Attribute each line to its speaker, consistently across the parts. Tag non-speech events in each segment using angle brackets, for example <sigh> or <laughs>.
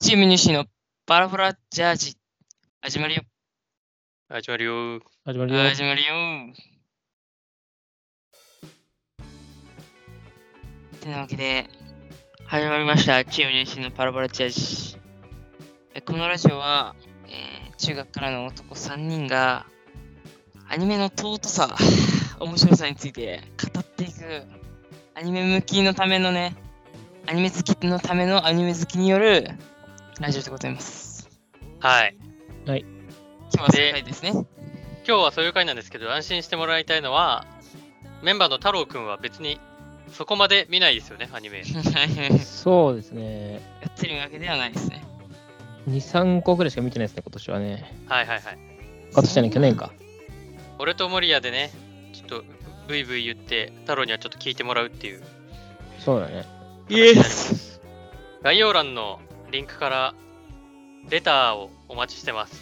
Speaker 1: チーム西のバラフラジャージ、始まるよ。
Speaker 2: 始まるよ。
Speaker 3: 始まるよ。
Speaker 1: 始まるよ。てなわけで、始まりました。チーム西のバラバラジャージ。えこのラジオは、えー中学からの男3人が、アニメの尊さ、 <laughs> 面白さについて語っていく、アニメ向きのためのね、アニメ好きのためのアニメ好きによるラジオでございます。
Speaker 2: はい。
Speaker 1: 今日は正解です <laughs> ね。
Speaker 2: 今日はそういう回なんですけど、安心してもらいたいのは、メンバーの太郎くんは別にそこまで見ないですよね、アニメ。
Speaker 1: や
Speaker 3: そうですね。
Speaker 1: ってるわけではないですね。
Speaker 3: 2、3個ぐらいしか見てないですね、今年はね。
Speaker 2: はいはいはい。
Speaker 3: 今年じゃない、去年か。
Speaker 2: 俺と守屋でね、ちょっとブイブイ言って、太郎にはちょっと聞いてもらうっていう
Speaker 3: そうだね。
Speaker 2: 形になります。概要欄のリンクからレターをお待ちしてます。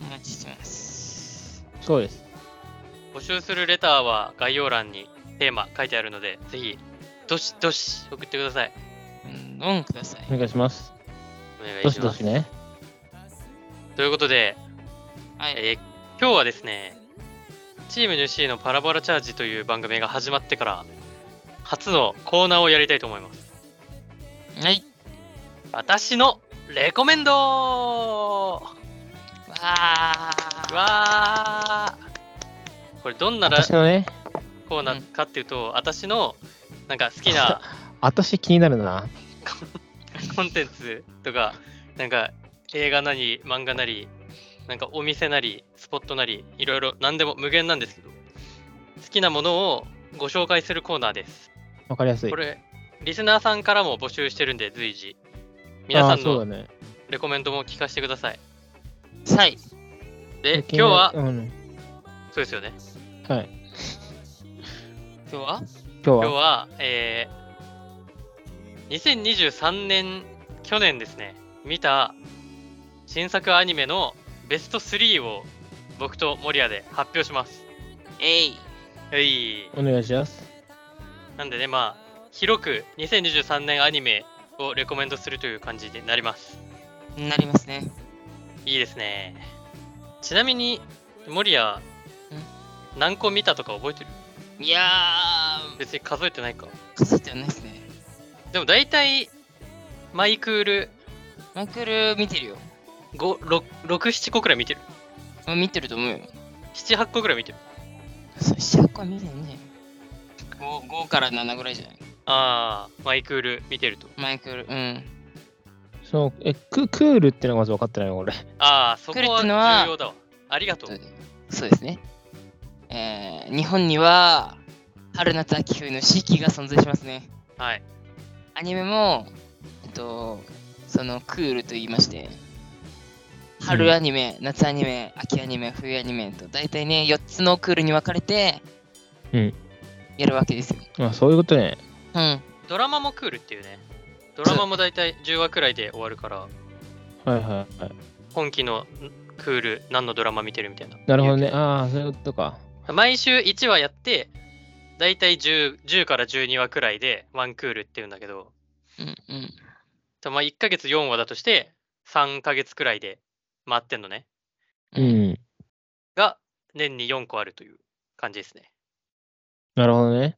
Speaker 1: お待ちしてます。
Speaker 3: そうです。
Speaker 2: 募集するレターは概要欄にテーマ書いてあるので、ぜひ、どしどし送ってください。
Speaker 1: うん、どんください。
Speaker 3: お願いします。
Speaker 2: お願いし
Speaker 3: ど
Speaker 2: ます。
Speaker 3: しどしね。
Speaker 2: ということで、
Speaker 1: はい。
Speaker 2: えー今日はですね、チームニューシーのパラボラチャージという番組が始まってから、初のコーナーをやりたいと思います。
Speaker 1: はい。
Speaker 2: 私のレコメンド
Speaker 1: わー。
Speaker 2: わーこれどんなら
Speaker 3: 私のね、
Speaker 2: コーナーかっていうと、私のなんか好き
Speaker 3: <laughs>
Speaker 2: な
Speaker 3: 私気になるな。
Speaker 2: コンテンツとか、なんか映画なり漫画なり、なんかお店なりスポットなり、いろいろ何でも無限なんですけど、好きなものをご紹介するコーナーです。
Speaker 3: わかりやすい。
Speaker 2: これ、リスナーさんからも募集してるんで、随時。皆
Speaker 3: あ
Speaker 2: さ
Speaker 3: あ
Speaker 2: ん
Speaker 3: そうだ
Speaker 2: の
Speaker 3: ね。
Speaker 2: レコメンドも聞かせてください。
Speaker 1: はい。
Speaker 2: で、
Speaker 3: 気に
Speaker 2: 今日
Speaker 3: な
Speaker 2: は
Speaker 3: る、うん。
Speaker 2: そうですよね。
Speaker 3: はい。
Speaker 1: 今日は
Speaker 3: 今日
Speaker 2: 今日
Speaker 3: は、
Speaker 2: は、えー、2023年、去年ですね、見た新作アニメのベスト3を僕と守屋で発表します。
Speaker 1: えい。
Speaker 2: はい。
Speaker 3: お願いします。
Speaker 2: なんでね、まあ、広く2023年アニメをレコメンドするという感じになります。
Speaker 1: なりますね。
Speaker 2: いいですね。ちなみに、守屋、何個見たとか覚えてる
Speaker 1: いや
Speaker 2: 別に数えてないか。
Speaker 1: ー、数えてはないですね。
Speaker 2: でも大体、マイクール
Speaker 1: マイクール見てるよ。
Speaker 2: 5 6、6、7個くらい見てる。
Speaker 1: あ見てると思うよ。
Speaker 2: 7、8個くらい見てる。
Speaker 1: そう、7、8個は見てんね。5, 5から7ぐらいじゃない
Speaker 2: あー、マイクール見てると。
Speaker 1: マイクール、うん。
Speaker 3: その、え、ククールってのがまず分かってないよ、俺。
Speaker 2: あー、そこ
Speaker 1: 来るっ
Speaker 2: は
Speaker 1: てのは
Speaker 2: 重要だわ。ありがとう。
Speaker 1: そうですね。えー、日本には、春夏秋冬の四季が存在しますね。
Speaker 2: はい。
Speaker 1: アニメも、えっと、そのクールと言いまして、春アニメ、夏アニメ、秋アニメ、冬アニメと、大体ね、4つのクールに分かれて、
Speaker 3: うん
Speaker 1: やるわけですよ。
Speaker 3: あ、そういうことね。
Speaker 1: うん。
Speaker 2: ドラマもクールっていうね。ドラマも大体10話くらいで終わるから、
Speaker 3: はいはいはい。
Speaker 2: 今期のクール、何のドラマ見てるみたいな。
Speaker 3: なるほどね。ああ、そういうことか。
Speaker 2: 毎週1話やって、だいたい 10, 10から12話くらいでワンクールっていうんだけど、
Speaker 1: うんうん。
Speaker 2: とまあ1ヶ月4話だとして、3ヶ月くらいで回ってんのね。
Speaker 3: うん。
Speaker 2: が、年に4個あるという感じですね。
Speaker 3: なるほどね。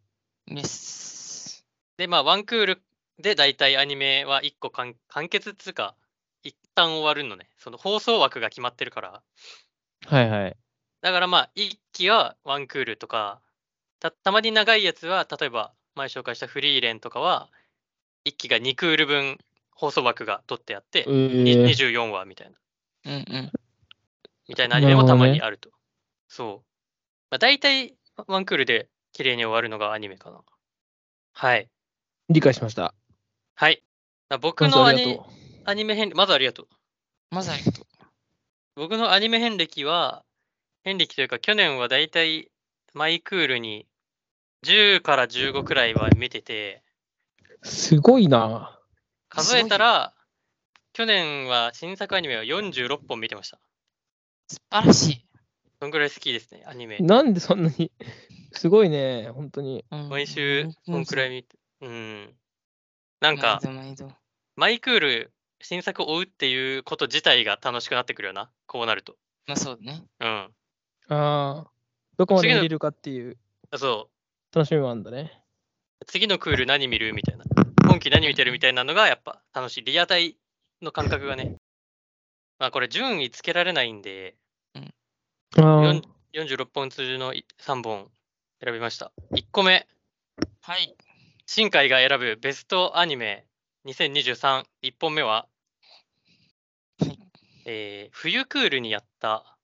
Speaker 1: です。
Speaker 2: で、まあ、ワンクールでだいたいアニメは1個完完結っつうか、一旦終わるのね。その放送枠が決まってるから。
Speaker 3: はいはい。
Speaker 2: だからまあ、1期はワンクールとか、たたまに長いやつは、例えば前紹介したフリーレンとかは、1期が2クール分放送枠が取ってあって、
Speaker 3: え
Speaker 2: に
Speaker 3: ー、
Speaker 2: 24話みたいな、
Speaker 1: うんうん。
Speaker 2: みたいなアニメもたま
Speaker 3: な
Speaker 2: に
Speaker 3: るほ
Speaker 2: あると。そう。まあ、大体、ワンクールで綺麗に終わるのがアニメかな。はい。
Speaker 3: 理解しました。
Speaker 2: はい。まあ僕
Speaker 3: 感想
Speaker 2: の
Speaker 3: あ
Speaker 2: ア
Speaker 3: りが
Speaker 2: ニ
Speaker 3: と
Speaker 2: アニメ編、まずありがとう。
Speaker 1: まずありがとう。
Speaker 2: 僕のアニメ遍歴は、遍歴というか去年はだいたいマイクールに10から15くらいは見てて、
Speaker 3: う。すごいな。
Speaker 2: 数えたら、去年は新作アニメを46本見てました。
Speaker 1: 素晴らしい。
Speaker 2: そんぐらい好きですね、アニメ。
Speaker 3: なんでそんなに、 <laughs> すごいね、本当に。
Speaker 1: うん
Speaker 2: 毎週、そんくら
Speaker 1: い。
Speaker 2: い見て、うん。なんか、
Speaker 1: 毎度毎度
Speaker 2: マイクール新作を追うっていうこと自体が楽しくなってくるよな。こうなると。
Speaker 1: まあそうだね。
Speaker 2: うん。
Speaker 3: ああ、どこまで
Speaker 2: 次の
Speaker 3: 見れるかっていう
Speaker 2: そ
Speaker 3: 楽しみもあるんだね。
Speaker 2: う。次のクール何見るみたいな。今期何見てるみたいなのがやっぱ楽しい。リアタイの感覚がね。まあこれ順位つけられないんで、
Speaker 3: あ
Speaker 2: よ
Speaker 3: ー
Speaker 2: ん46本通の3本選びました。1個目、
Speaker 1: はい。
Speaker 2: 新海が選ぶベストアニメ2023、1本目は、
Speaker 1: はい
Speaker 2: えー冬クールにやった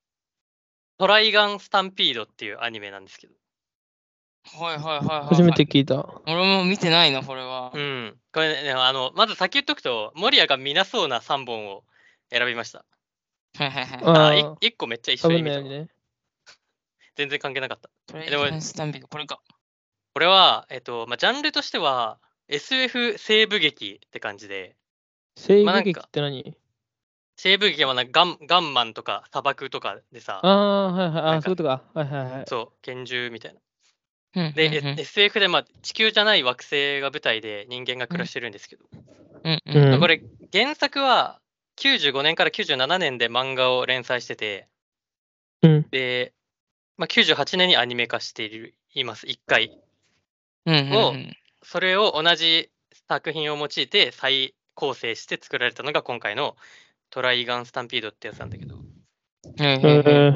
Speaker 2: トライガンスタンピードっていうアニメなんですけど、
Speaker 1: はいはいはいはい、はい。
Speaker 3: 初めて聞いた。
Speaker 1: 俺も見てないな、これは。
Speaker 2: うん、これね、あの、まず先言っとくと、守谷が見なそうな3本を選びました。
Speaker 1: はいはいはい。
Speaker 2: あ
Speaker 3: あ
Speaker 2: い
Speaker 3: あ、
Speaker 2: 1個めっちゃ一
Speaker 3: か
Speaker 2: 緒
Speaker 3: ぶ
Speaker 2: に
Speaker 3: ん
Speaker 2: 見
Speaker 3: な
Speaker 2: た
Speaker 3: いようにね。
Speaker 2: 全然関係なかった。
Speaker 1: トレ
Speaker 2: え
Speaker 1: イ
Speaker 2: でも
Speaker 1: ランスタンビング、これか。
Speaker 2: これは、えっと、まあ、ジャンルとしては、SF 西部劇って感じで、
Speaker 3: 西
Speaker 2: まあな
Speaker 3: 部
Speaker 2: んか
Speaker 3: 劇って何
Speaker 2: 西部劇はなんかガンガンマンとか砂漠とかでさ、
Speaker 3: ああ、はいはい。
Speaker 2: な
Speaker 3: あ
Speaker 2: ん
Speaker 3: あ、
Speaker 2: か
Speaker 3: そういうことか。はいはいはい。
Speaker 2: そう、拳銃みたいな。
Speaker 1: うん
Speaker 2: で、
Speaker 1: うん
Speaker 2: S- SF で、まあ、地球じゃない惑星が舞台で人間が暮らしてるんですけど、
Speaker 1: うんうん
Speaker 3: うん
Speaker 2: まあこれ、原作は95年から97年で漫画を連載してて、
Speaker 3: うん。
Speaker 2: で、まあ、98年にアニメ化しているいます、1回。
Speaker 1: うんうん
Speaker 2: を
Speaker 1: うん
Speaker 2: それを同じ作品を用いて再構成して作られたのが今回のトライガンスタンピードってやつなんだけど。
Speaker 1: はいはいはい
Speaker 3: え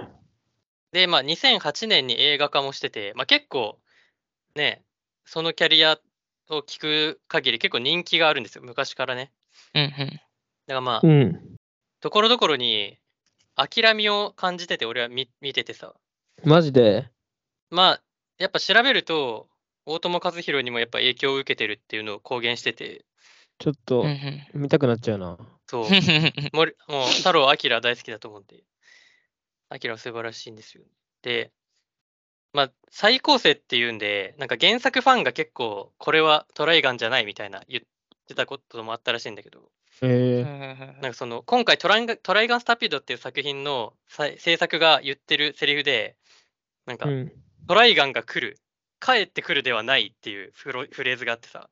Speaker 2: で、まあ、2008年に映画化もしてて、まあ、結構ね、そのキャリアを聞く限り結構人気があるんですよ、昔からね。
Speaker 1: うんうん
Speaker 2: だからま
Speaker 3: ー、う
Speaker 2: あ、
Speaker 3: ん。
Speaker 2: ところどころに諦めを感じてて、俺は見見ててさ。
Speaker 3: マジで。
Speaker 2: まあ、やっぱ調べると、大友和弘にもやっぱ影響を受けてるっていうのを公言してて、
Speaker 3: ちょっ
Speaker 1: う
Speaker 3: と
Speaker 1: んうん、
Speaker 3: 見たくなっちゃうな。
Speaker 2: そう
Speaker 1: う
Speaker 2: 森もう太郎、明大好きだと思うんで、明は素晴らしいんですよ。で、まあ、再構成っていうんで、なんか原作ファンが結構、これはトライガンじゃないみたいな言ってたこともあったらしいんだけど、
Speaker 3: え
Speaker 1: ん
Speaker 3: え
Speaker 2: なんかその今回トライガン、トライガンスタピードっていう作品のさい制作が言ってるセリフで、なんか
Speaker 3: う、ん。
Speaker 2: トライガンが来る、帰ってくるではないっていうフロフレーズがあってさ、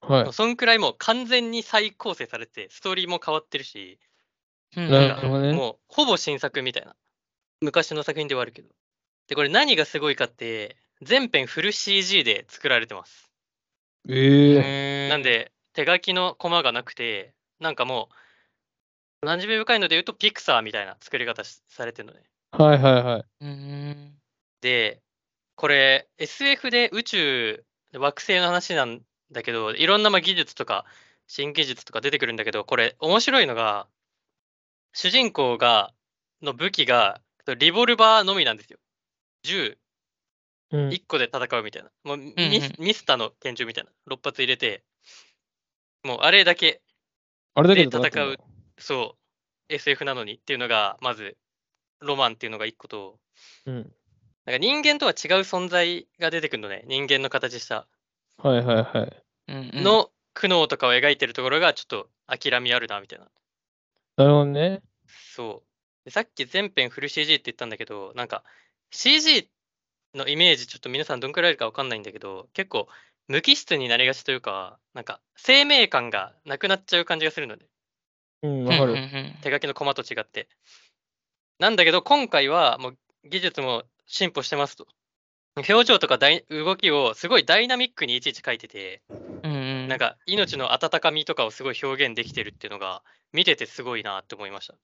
Speaker 3: はい
Speaker 2: もう。そんくらいもう完全に再構成されて、ストーリーも変わってるし、
Speaker 1: うん
Speaker 3: なるほどね。
Speaker 2: もうほぼ新作みたいな。昔の作品ではあるけど。で、これ何がすごいかって、全編フル CG で作られてます。
Speaker 3: ええ
Speaker 2: なんで、手書きのコマがなくて、なんかもう、馴染み深いので言うと、ピクサーみたいな作り方しされてるのね。
Speaker 3: はいはいはい。
Speaker 1: うん
Speaker 2: で、これ、SF で宇宙、惑星の話なんだけど、いろんなまあ技術とか、新技術とか出てくるんだけど、これ、面白いのが、主人公が、の武器が、リボルバーのみなんですよ。銃
Speaker 3: うん
Speaker 2: 1個で戦うみたいな。もうミスミスタの拳銃みたいな。6発入れて、もうあれだけ、
Speaker 3: あれだけで
Speaker 2: で戦うそう、SF なのにっていうのが、まず、ロマンっていうのが1個と、
Speaker 3: う。うん。
Speaker 2: なんか人間とは違う存在が出てくるのね。人間の形した
Speaker 3: はいはいはい。
Speaker 1: うんうん
Speaker 2: の苦悩とかを描いてるところがちょっと諦めあるなみたいな。
Speaker 3: なるほどね。
Speaker 2: そう。でさっき全編フル CG って言ったんだけど、なんか CG のイメージちょっと皆さんどんくらいあるかわかんないんだけど、結構無機質になりがちというか、なんか生命感がなくなっちゃう感じがするのね。
Speaker 3: うん、わか
Speaker 1: うんう
Speaker 3: る。
Speaker 1: ん
Speaker 2: 手書きのコマと違って。なんだけど、今回はもう技術も進歩してますと。表情とかダイ動きをすごいダイナミックにいちいち書いてて、
Speaker 1: うんうん
Speaker 2: なんか命の温かみとかをすごい表現できてるっていうのが、見ててすごいなって思いました。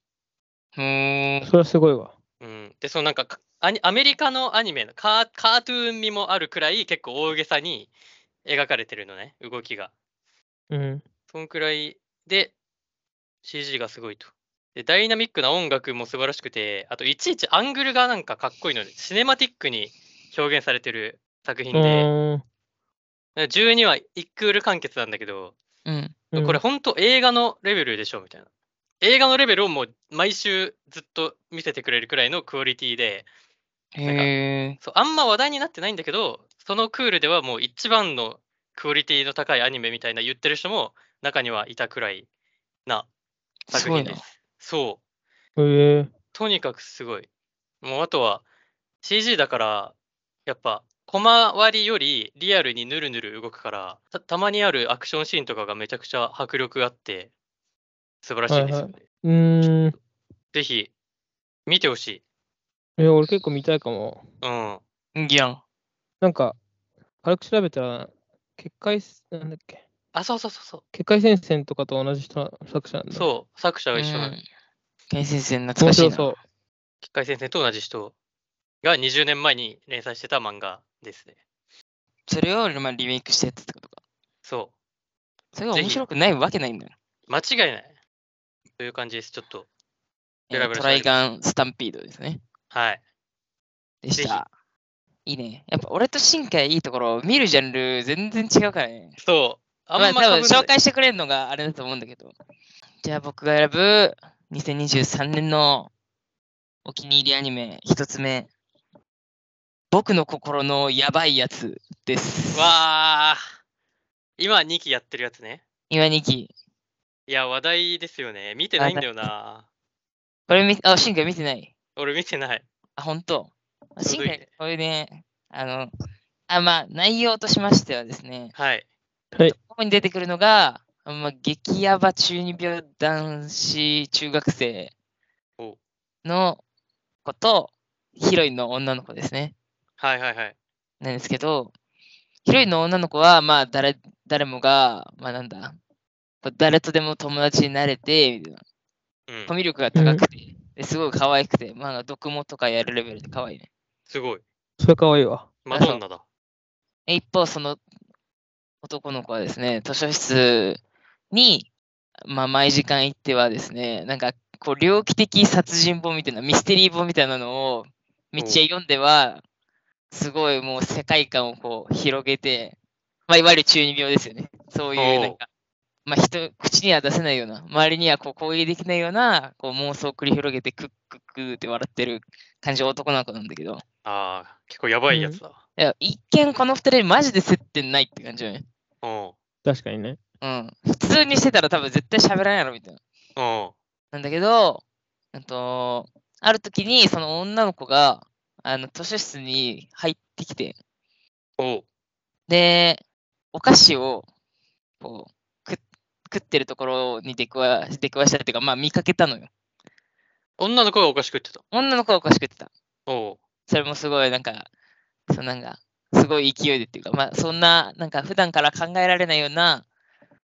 Speaker 1: ほー
Speaker 3: それはすごいわ。
Speaker 2: うん、で、そのなんかかアニ、アメリカのアニメのカーカートゥーン味もあるくらい、結構大げさに描かれてるのね、動きが。
Speaker 3: うん。
Speaker 2: そんくらいで CG がすごいと。で、ダイナミックな音楽も素晴らしくて、あといちいちアングルがなんかかっこいいので、シネマティックに表現されてる作品
Speaker 3: う
Speaker 2: で、
Speaker 3: ーん
Speaker 2: 12話1クール完結なんだけど、
Speaker 1: うん
Speaker 3: うん
Speaker 2: これ本当映画のレベルでしょみたいな。映画のレベルをもう毎週ずっと見せてくれるくらいのクオリティで、
Speaker 1: へ
Speaker 2: そうあんま話題になってないんだけど、そのクールではもう一番のクオリティの高いアニメみたいな言ってる人も中にはいたくらいな
Speaker 1: す
Speaker 2: 作
Speaker 1: ごい
Speaker 2: 品
Speaker 1: な
Speaker 2: です。そう、
Speaker 3: ええ
Speaker 2: とにかくすごい。もうあとは CG だから、やっぱ、コマ割りよりリアルにヌルヌル動くからた、たまにあるアクションシーンとかがめちゃくちゃ迫力があって、素晴らしいですよね。
Speaker 3: うーん。
Speaker 2: ぜひ、見てほしい。
Speaker 3: え、俺結構見たいかも。
Speaker 2: うん。
Speaker 1: いいやん。
Speaker 3: なんか、軽く調べたら、結界す、なんだっけ、
Speaker 2: あ、そうそうそうそ
Speaker 3: 結界戦線とかと同じ人作者なん
Speaker 2: う。
Speaker 3: だ。う、
Speaker 2: そう、作者が一緒なの。
Speaker 1: ケン先生懐
Speaker 3: 面
Speaker 1: かしい
Speaker 3: 白
Speaker 1: な。
Speaker 3: そう。
Speaker 2: 機械先生と同じ人が20年前に連載してた漫画ですね。
Speaker 1: それをまあリメイクしてやったってことか。
Speaker 2: そ
Speaker 1: それが
Speaker 2: ぜひ
Speaker 1: 面白くないわけないんだよ。
Speaker 2: う。間違いない。という感じです。ちょっと。
Speaker 1: えー
Speaker 2: ベラベラ
Speaker 1: トライガンスタンピードですね。
Speaker 2: はい。
Speaker 1: でし
Speaker 2: ぜ
Speaker 1: た。いいね。やっぱ俺と新海いいところ、見るジャンル全然違うからね。
Speaker 2: そう。あんま
Speaker 1: まあ多分
Speaker 2: 被んない
Speaker 1: 紹介してくれるのがあれだと思うんだけど。じゃあ僕が選ぶ2023年のお気に入りアニメ一つ目。僕の心のやばいやつです。
Speaker 2: わあ。今2期やってるやつね。
Speaker 1: 今2期。
Speaker 2: いや、話題ですよね。見てないんだよな。
Speaker 1: これ見、あ、新海見てない。
Speaker 2: 俺見てない。
Speaker 1: あ、本当。
Speaker 2: ちょう
Speaker 1: 新
Speaker 2: どいいね
Speaker 1: 海、こういうね、あの、あ、まあ、内容としましてはですね、
Speaker 2: はい。
Speaker 1: ここに出てくるのが、まあ、激ヤバ中二病男子中学生
Speaker 2: お
Speaker 1: の子と、ヒロインの女の子ですね。
Speaker 2: はいはいはい。
Speaker 1: なんですけど、ヒロインの女の子は、まあ、誰、誰もが、まあ、なんだ、こう誰とでも友達になれて、みたいな
Speaker 2: うん
Speaker 1: コ。ミュ力が高くて、ですごい可愛くて、まあ、読モとかやるレベルで可愛いね。
Speaker 2: すごい。
Speaker 3: それかわいいわ。
Speaker 2: マドンナだ。
Speaker 1: 一方、その男の子はですね、図書室に、まあ、毎時間行ってはですね、なんか、こう、猟奇的殺人本みたいな、ミステリー本みたいなのを、道へ読んでは、すごいもう世界観をこう、広げて、まあ、いわゆる中二病ですよね。そういう、
Speaker 2: おう
Speaker 1: なんか、まあ、人、口には出せないような、周りにはこう、攻撃できないような、こう、妄想を繰り広げて、クックックーって笑ってる感じの男の子なんだけど、
Speaker 2: ああ、結構やばいやつだ。
Speaker 1: いや、一見この二人マジで接点ないって感じよね。
Speaker 2: うん。うん。
Speaker 3: 確かにね。
Speaker 1: うん。普通にしてたら多分絶対喋らんやろみたいな。なんだけど、うんと、ある時にその女の子が、あの、図書室に入ってきて、
Speaker 2: おう。
Speaker 1: で、お菓子を、こう、く食ってるところに出くわ出くわしたっていうか、まあ見かけたのよ。
Speaker 2: 女の子がおかしく言ってた。
Speaker 1: 女の子がお菓子食ってた。
Speaker 2: おう。
Speaker 1: それもすごいなんか、そうなんか、すごい勢いでっていうか、まあそんな、なんか普段から考えられないような、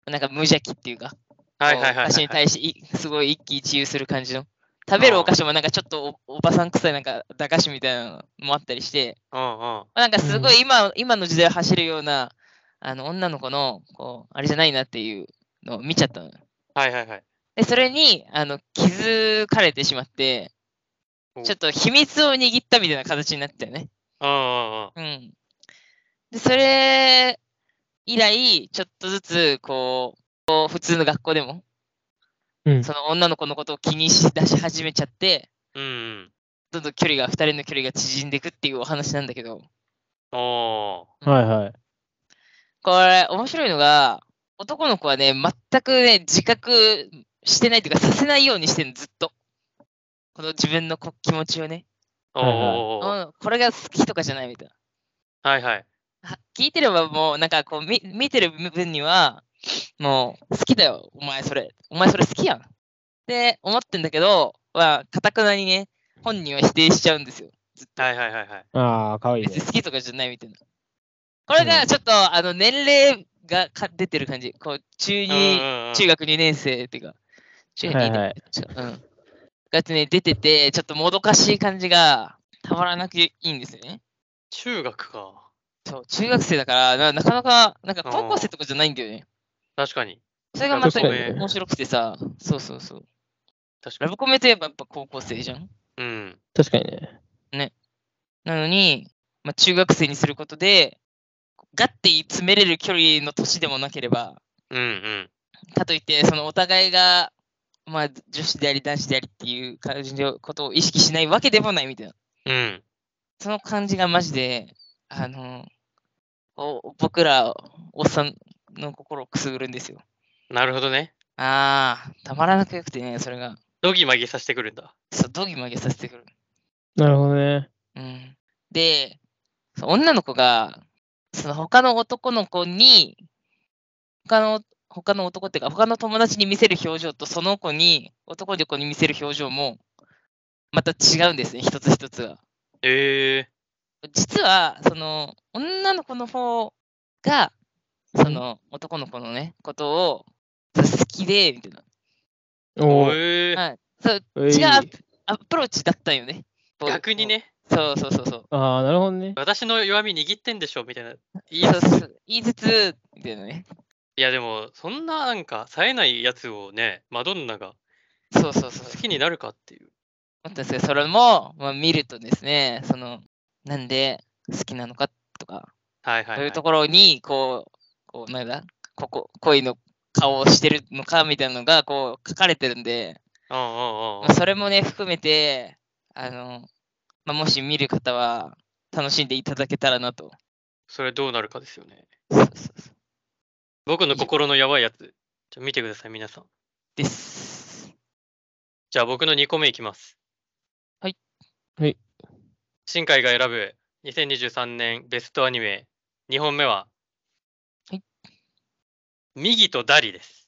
Speaker 1: なんか無邪気っていうか、
Speaker 2: はい
Speaker 1: こう
Speaker 2: はいはい
Speaker 1: お菓子に
Speaker 2: はい。
Speaker 1: 対していすごい一喜一憂する感じの。食べるお菓子もなんかちょっとおおばさん臭いなんか駄菓子みたいなのもあったりして、
Speaker 2: うんうん。
Speaker 1: まあなんかすごい今,、今の時代を走るようなあの女の子のこうあれじゃないなっていうのを見ちゃったのよ。
Speaker 2: はいはいはい。
Speaker 1: でそれにあの気づかれてしまって
Speaker 2: お、
Speaker 1: ちょっと秘密を握ったみたいな形になったよね。
Speaker 2: うんうんうん。
Speaker 1: うん。で、それ以来、ちょっとずつ、こう、こう普通の学校でも、
Speaker 3: うん
Speaker 1: その女の子のことを気にしだし始めちゃって、
Speaker 2: うんうん。
Speaker 1: どんどん距離が、二人の距離が縮んでいくっていうお話なんだけど、
Speaker 2: おー。
Speaker 3: はいはい。
Speaker 1: これ、面白いのが、男の子はね、全くね、自覚してないというか、させないようにしてるの、ずっと。この自分のこ気持ちをね、
Speaker 2: お
Speaker 3: はいはい
Speaker 2: ー。
Speaker 1: うんこれが好きとかじゃないみたいな。
Speaker 2: はいはい。
Speaker 1: は聞いてればもうなんかこうみ見てる分にはもう好きだよお前それお前それ好きやんって思ってんだけどまあかたくなにね本人は否定しちゃうんですよずっと
Speaker 2: はいはいはいはい。
Speaker 3: ああ、かわいい
Speaker 1: 別
Speaker 3: ね
Speaker 1: に。好きとかじゃないみたいなこれがちょっと、あの年齢がか出てる感じこう中二、中
Speaker 2: 学。
Speaker 1: 学2年生っていうか中二
Speaker 3: はい
Speaker 1: 年
Speaker 3: はい
Speaker 1: 生確かうんがね出ててちょっともどかしい感じがたまらなくいいんですよね
Speaker 2: 中学か。
Speaker 1: そう、中学生だから、ななかなか、なんか高校生とかじゃないんだよね。
Speaker 2: 確かに。
Speaker 1: それがまた
Speaker 3: 確かにね
Speaker 1: 面白くてさ、そうそうそう。
Speaker 2: 確か
Speaker 1: ラ
Speaker 2: に。
Speaker 1: ブコメといえばやっぱ高校生じゃん。
Speaker 2: うん。
Speaker 3: 確かにね。
Speaker 1: なのに、まあ、中学生にすることで、ガッて詰めれる距離の年でもなければ、
Speaker 2: うんうん。
Speaker 1: かといって、そのお互いが、まあ、女子であり男子でありっていう感じのことを意識しないわけでもないみたいな。
Speaker 2: うん。
Speaker 1: その感じがマジで、あの、お僕ら、おっさんの心をくすぐるんですよ。
Speaker 2: なるほどね。
Speaker 1: ああ、たまらなくよくてね、それが。
Speaker 2: ドギマギさせてくるんだ。
Speaker 1: そう、ドギマギさせてくる。
Speaker 3: なるほどね。
Speaker 1: うん。で、そう女の子が、その他の男の子に、他の他の男っていうか、他の友達に見せる表情と、その子に、男の子に見せる表情も、また違うんですね、一つ一つが。
Speaker 2: え
Speaker 1: 実は、その、女の子の方が、その、男の子のね、ことを、好きで、みたいな。
Speaker 2: ー、
Speaker 3: おー
Speaker 2: えー
Speaker 1: はいそう、
Speaker 3: えい
Speaker 1: 違うアプアプローチだったんよね。こう
Speaker 2: 逆に。ね、
Speaker 1: そうそうそうそう。
Speaker 3: ああ、なるほどね。
Speaker 2: 私の弱み握ってんでしょみたいな。い
Speaker 1: い
Speaker 2: や
Speaker 1: そうそう言いつつ、みたいなね。
Speaker 2: いやでも、そんななんか、冴えないやつをね、マドンナが
Speaker 1: そうそうそう。
Speaker 2: 好きになるかっていう。
Speaker 1: 思ったんですけど、それも、まあ、見るとですね、その、なんで好きなのかとか、
Speaker 2: はいはい、
Speaker 1: どう
Speaker 2: はい
Speaker 1: いうところに、こう、こうなんだ、ここ、恋の顔をしてるのかみたいなのが、こう、書かれてるんで、
Speaker 2: うんうんうん
Speaker 1: まあ、それもね、含めて、あの、まあ、もし見る方は、楽しんでいただけたらなと。
Speaker 2: それどうなるかですよね。
Speaker 1: そうそうそう。
Speaker 2: 僕の心のやばいやつ。ちょ見てください、皆さん。
Speaker 1: です。
Speaker 2: じゃあ僕の2個目いきます。
Speaker 1: はい。
Speaker 3: はい。
Speaker 2: 新海が選ぶ2023年ベストアニメ2本目は、
Speaker 1: はい。
Speaker 2: 右とダリです。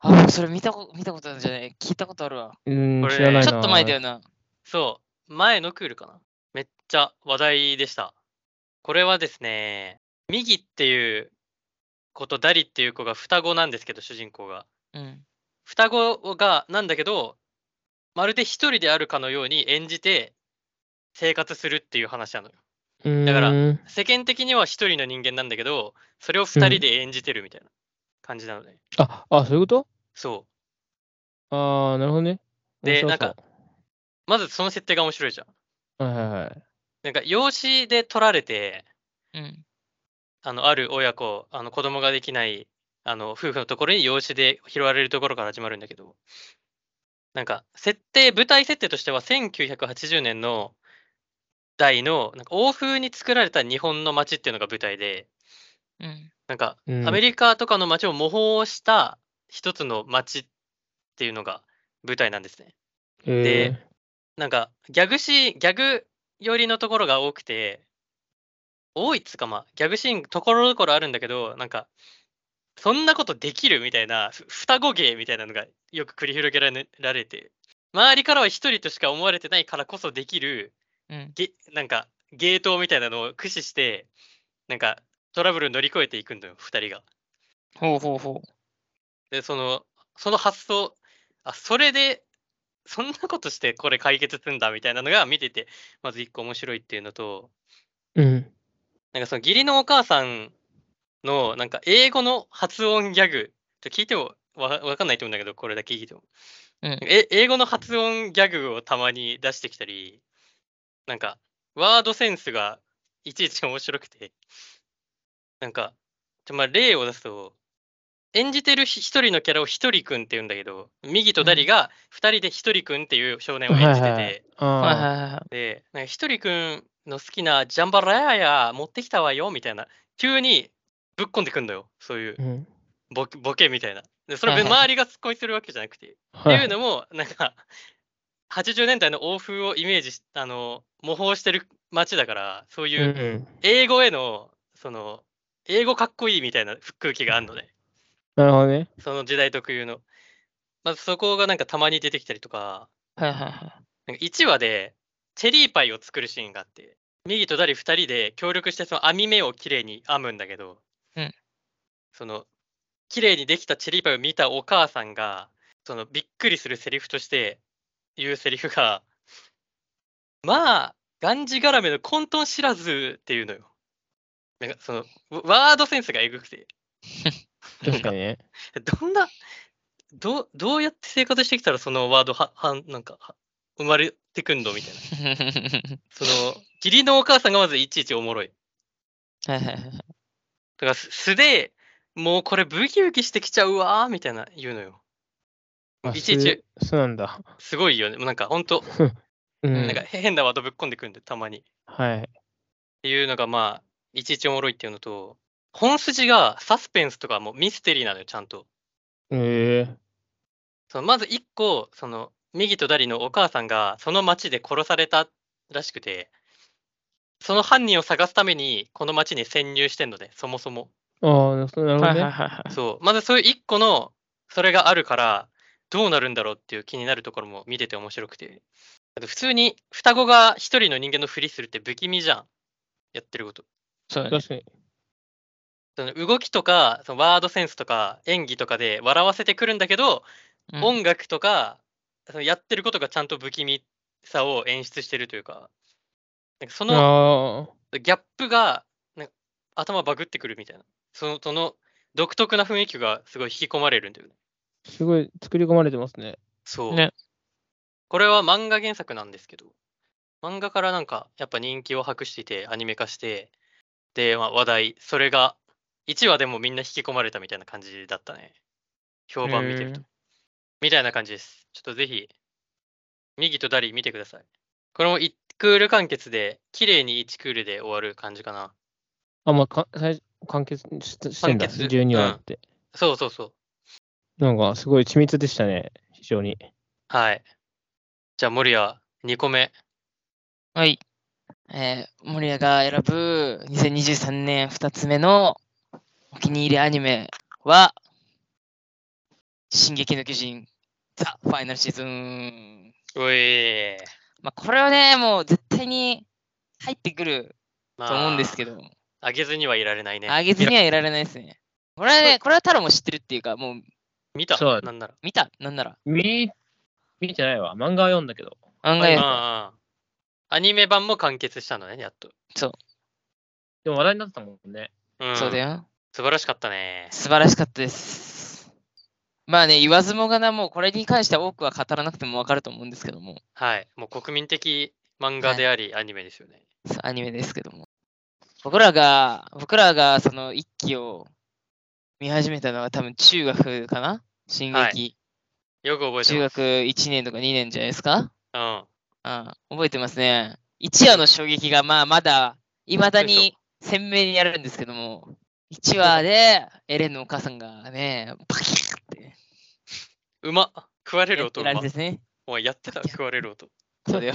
Speaker 1: あ、もうそれ見たこ見たことあるんじゃない聞いたことあるわ。
Speaker 3: うん
Speaker 2: こ、れ
Speaker 3: 知らないな。
Speaker 1: ちょっと前だよな。
Speaker 2: そう、前のクールかな。めっちゃ話題でした。これはですね、右っていう子とダリっていう子が双子なんですけど、主人公が。
Speaker 1: うん。
Speaker 2: 双子がなんだけどまるで一人であるかのように演じて生活するっていう話なのよ
Speaker 3: うん。
Speaker 2: だから
Speaker 3: うん
Speaker 2: 世間的には一人の人間なんだけどそれを二人で演じてるみたいな感じなのね、
Speaker 3: あ、あ、そういうこと
Speaker 2: そ
Speaker 3: ああ、なるほどね。
Speaker 2: で
Speaker 3: 面白そう
Speaker 2: うまずその設定が面白いじゃん
Speaker 3: はいはいはい。
Speaker 2: なんか養子で取られて
Speaker 1: うん。
Speaker 2: あのある親子あの子供ができないあの夫婦のところに養子で拾われるところから始まるんだけどなんか設定舞台設定としては1980年の代のなんか欧風に作られた日本の街っていうのが舞台で
Speaker 1: うん。
Speaker 2: なんか
Speaker 3: うん
Speaker 2: アメリカとかの街を模倣した一つの街っていうのが舞台なんですね。
Speaker 3: えー
Speaker 2: なんかギャグシーンギャグ寄りのところが多くて多いっつうかまあギャグシーンところどころあるんだけどなんかそんなことできるみたいなふ双子芸みたいなのがよく繰り広げられられて周りからは一人としか思われてないからこそできる
Speaker 1: うん。
Speaker 2: ゲなんかゲートみたいなのを駆使してなんかトラブル乗り越えていくんだよ二人が。
Speaker 1: ほうほうほう。
Speaker 2: でそのその発想あそれでそんなことしてこれ解決するんだみたいなのが見ててまず一個面白いっていうのと
Speaker 3: うん。
Speaker 2: なんかその義理のお母さんのなんか英語の発音ギャグちょ聞いてもわわかんないと思うんだけどこれだけ聞いても、
Speaker 1: うん
Speaker 2: なんかえ英語の発音ギャグをたまに出してきたりなんかワードセンスがいちいち面白くてなんかちょまあ例を出すと演じてるひ一人のキャラをひとりくんって言うんだけど右とダリが二人でひとりくんっていう少年を演じてて、
Speaker 3: はいはいはい
Speaker 1: はい
Speaker 3: あ
Speaker 1: はいはい。
Speaker 2: で、なんかひとりくんの好きなジャンバラヤや持ってきたわよみたいな、急にぶっこんでくんのよ、そういう
Speaker 3: あ。うん。
Speaker 2: ボケボケみたいな。で、それ
Speaker 1: はいはいはい
Speaker 2: 周りが突っ込みするわけじゃなくて。って
Speaker 3: はい
Speaker 2: いうのも、なんか、80年代の欧風をイメージし、あの、模倣してる街だから、そう
Speaker 3: う
Speaker 2: い
Speaker 3: んう。
Speaker 2: うん英語への、その、英語かっこいいみたいな空気があるのね、
Speaker 3: なるほどね。
Speaker 2: その時代特有の。まずそこがなんかたまに出てきたりとか、
Speaker 1: はいはいは
Speaker 2: なんか1話でチェリーパイを作るシーンがあって右とダリ2人で協力してその網目をきれいに編むんだけど、
Speaker 1: うん
Speaker 2: そのきれいにできたチェリーパイを見たお母さんがそのびっくりするセリフとして言うセリフがまあがんじがらめの混沌知らずっていうのよなんかそのワードセンスがえぐくて
Speaker 3: 確かにね。
Speaker 2: どんな、どう、どうやって生活してきたらそのワードは、はん、なんか、は生まれてくんのみたいな。
Speaker 1: い。
Speaker 2: その、義理のお母さんがまずいちいちおもろい。
Speaker 1: はいはいはい。
Speaker 2: だからす素で、もうこれブキブキしてきちゃうわーみたいな言うのよ。
Speaker 3: あ
Speaker 2: いちいち。
Speaker 3: そうそうなんだ。
Speaker 2: すごいよね。もうなんかほんと、
Speaker 3: うん。
Speaker 2: なんか変なワードぶっこんでくるんで、たまに。っ
Speaker 3: はい。
Speaker 2: ていうのがまあ、いちいちおもろいっていうのと、本筋がサスペンスとかもうミステリーなのよ、ちゃんと。
Speaker 3: え
Speaker 2: そのまず1個その右とダリのお母さんがその町で殺されたらしくてその犯人を探すためにこの町に潜入してんのでそもそも
Speaker 3: ああ、そうなるほ
Speaker 1: は
Speaker 3: ど
Speaker 1: い
Speaker 3: ね。
Speaker 1: はいはいはい。
Speaker 2: そう、まずそういう一個の、それがあるから、どうなるんだろうっていう気になるところも見てて面白くて。あと普通に双子が一人の人間のふりするって不気味じゃん。やってること。
Speaker 1: そうだね。
Speaker 3: 確かに。
Speaker 2: その動きとか、そのワードセンスとか、演技とかで笑わせてくるんだけど、
Speaker 1: うん
Speaker 2: 音楽とか、そのやってることがちゃんと不気味さを演出してるというか、なんかその
Speaker 3: あ
Speaker 2: ギャップがなんか頭バグってくるみたいな。その、その独特な雰囲気がすごい引き込まれるんだよね。
Speaker 3: あ、すごい作り込まれてますね。
Speaker 2: そう。
Speaker 1: ね
Speaker 2: これは漫画原作なんですけど、漫画からなんかやっぱ人気を博していて、アニメ化して、で、まあ、話題、それが1話でもみんな引き込まれたみたいな感じだったね。評判見てると
Speaker 3: へ。
Speaker 2: みたいな感じです。ちょっとぜひ、右とダリ見てください。これも1クール完結で、綺麗に1クールで終わる感じかな。
Speaker 3: あ、もうか最初完結ししてんだ。
Speaker 2: 完結
Speaker 3: 12話って、
Speaker 2: そうそうそう。
Speaker 3: なんかすごい緻密でしたね。非常に。
Speaker 2: はい。じゃあ、森谷、2個目。
Speaker 1: はい。えー、森谷が選ぶ2023年2つ目のお気に入りアニメは、進撃の巨人、ザ・ファイナルシーズン。
Speaker 2: おい。
Speaker 1: まあ、これはね、もう絶対に入ってくる
Speaker 2: ま
Speaker 1: と思うんですけど、
Speaker 2: あげずにはいられないね。
Speaker 1: あげずにはいられないですね。これはね、これは太郎も知ってるっていうか、もう
Speaker 2: 見た
Speaker 3: そう
Speaker 2: なんなら。
Speaker 1: 見た、なんなら。
Speaker 3: 見、見てないわ。漫画は読んだけど。
Speaker 1: 案
Speaker 2: うん
Speaker 1: 外
Speaker 2: うんう、んアニメ版も完結したのね、やっと。
Speaker 3: でも話題になってたもんね。
Speaker 2: うん、
Speaker 1: そうだよ。
Speaker 2: 素晴らしかったね。
Speaker 1: 素晴らしかったです。まあね、言わずもがな、もうこれに関しては多くは語らなくてもわかると思うんですけども、
Speaker 2: はい。もう国民的漫画であり、アニメですよね。
Speaker 1: そうアニメですけども。僕らが、僕らがその一期を見始めたのは多分中学かな進撃、
Speaker 2: はいよく覚えて
Speaker 1: 中
Speaker 2: ます。
Speaker 1: 学1年とか2年じゃないですか
Speaker 2: うん。
Speaker 1: ああ覚えてますね。1話の衝撃がまあまだ、いまだに鮮明にあるんですけども、1話でエレンのお母さんがね、パキッって
Speaker 2: うまっ食われる
Speaker 1: やっ
Speaker 2: 音
Speaker 1: て
Speaker 2: う
Speaker 1: るあ
Speaker 2: ま
Speaker 1: れで
Speaker 2: っ
Speaker 1: すね。
Speaker 2: お前やっ
Speaker 1: <laughs>
Speaker 2: てた食われる音。
Speaker 1: そうだよ。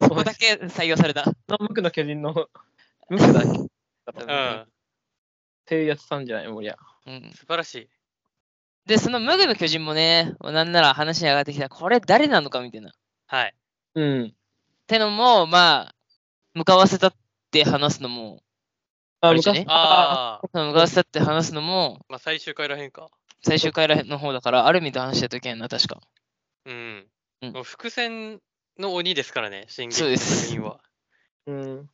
Speaker 3: そ
Speaker 1: ここだけ採用された。
Speaker 3: 無垢の巨 <laughs> 人の、無垢だっけ
Speaker 2: う。
Speaker 1: うん
Speaker 3: ていうやつさんじゃない、森谷。
Speaker 1: うん、
Speaker 2: 素晴らしい。
Speaker 1: で、その無垢の巨人もね、なんなら話に上がってきた、これ誰なのかみたいな。っ
Speaker 2: はい。
Speaker 1: <laughs>
Speaker 3: うん。
Speaker 1: てのも、まあ、向かわせたって話すのも、
Speaker 3: あ、
Speaker 1: あれじゃ
Speaker 3: 昔
Speaker 1: ね。
Speaker 2: ああ、
Speaker 1: その向かわせたって話すのも、
Speaker 2: まあ最終回らへんか。
Speaker 1: 最終回らへんの方だから、ある意味で話してた時やんな、確か。
Speaker 2: うん。
Speaker 1: うん
Speaker 2: もう伏線の鬼ですからね、進撃
Speaker 1: そう
Speaker 2: の
Speaker 1: で
Speaker 2: 巨
Speaker 1: す
Speaker 2: 人は。
Speaker 3: うん。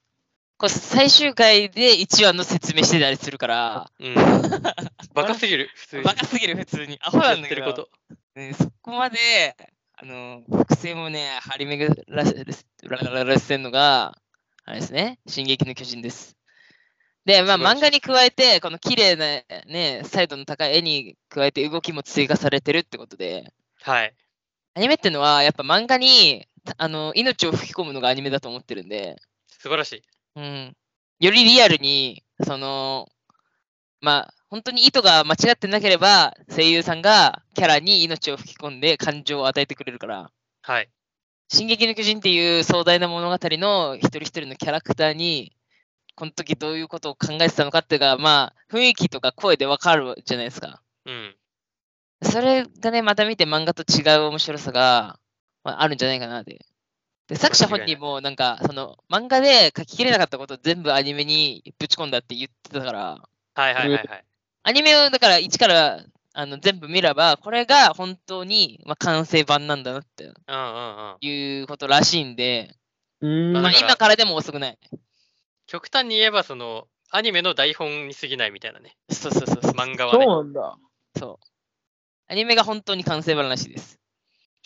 Speaker 1: これ最終回で1話の説明してたりするから、 <laughs>
Speaker 2: うん。バカすぎる、普通に。
Speaker 1: バカすぎる、普通に。アホなん
Speaker 2: や
Speaker 1: だ
Speaker 2: っ
Speaker 1: け
Speaker 2: てるこ
Speaker 1: ど、
Speaker 2: と。
Speaker 1: ね、そこまで、あの、伏線をね、張り巡らせらららせるのが、あれですね、進撃の巨人です。で、まあ、
Speaker 2: 素晴らしい
Speaker 1: 漫画に加えて、この綺麗なね、サイドの高い絵に加えて動きも追加されてるってことで、
Speaker 2: はい。
Speaker 1: アニメってのは、やっぱ漫画に、たあの、命を吹き込むのがアニメだと思ってるんで、
Speaker 2: 素晴らしい。
Speaker 1: うん、よりリアルに、その、まあ、本当に意図が間違ってなければ、声優さんがキャラに命を吹き込んで感情を与えてくれるから、
Speaker 2: はい。
Speaker 1: 進撃の巨人っていう壮大な物語の一人一人のキャラクターに、この時どういうことを考えてたのかっていうか、まあ、雰囲気とか声でわかるじゃないですか。
Speaker 2: うん。
Speaker 1: それがね、また見て漫画と違う面白さが、まあ、あるんじゃないかなって。で、作者本人もなんか、その漫画で書ききれなかったことを全部アニメにぶち込んだって言ってたから、
Speaker 2: はいはいはいはい。
Speaker 1: アニメをだから一からあの全部見れば、これが本当に、まあ、完成版なんだなって
Speaker 2: うんうんうん。
Speaker 1: いうことらしいんで、
Speaker 3: うん。
Speaker 2: だ
Speaker 1: ま
Speaker 2: か
Speaker 1: あ、
Speaker 2: ら
Speaker 1: 今からでも遅くない。
Speaker 2: 極端に言えばそのアニメの台本に過ぎないみたいなね
Speaker 1: そうそうそうそう。
Speaker 2: 漫画はね、
Speaker 3: そうなんだ。
Speaker 1: そうアニメが本当に完成版らしいです。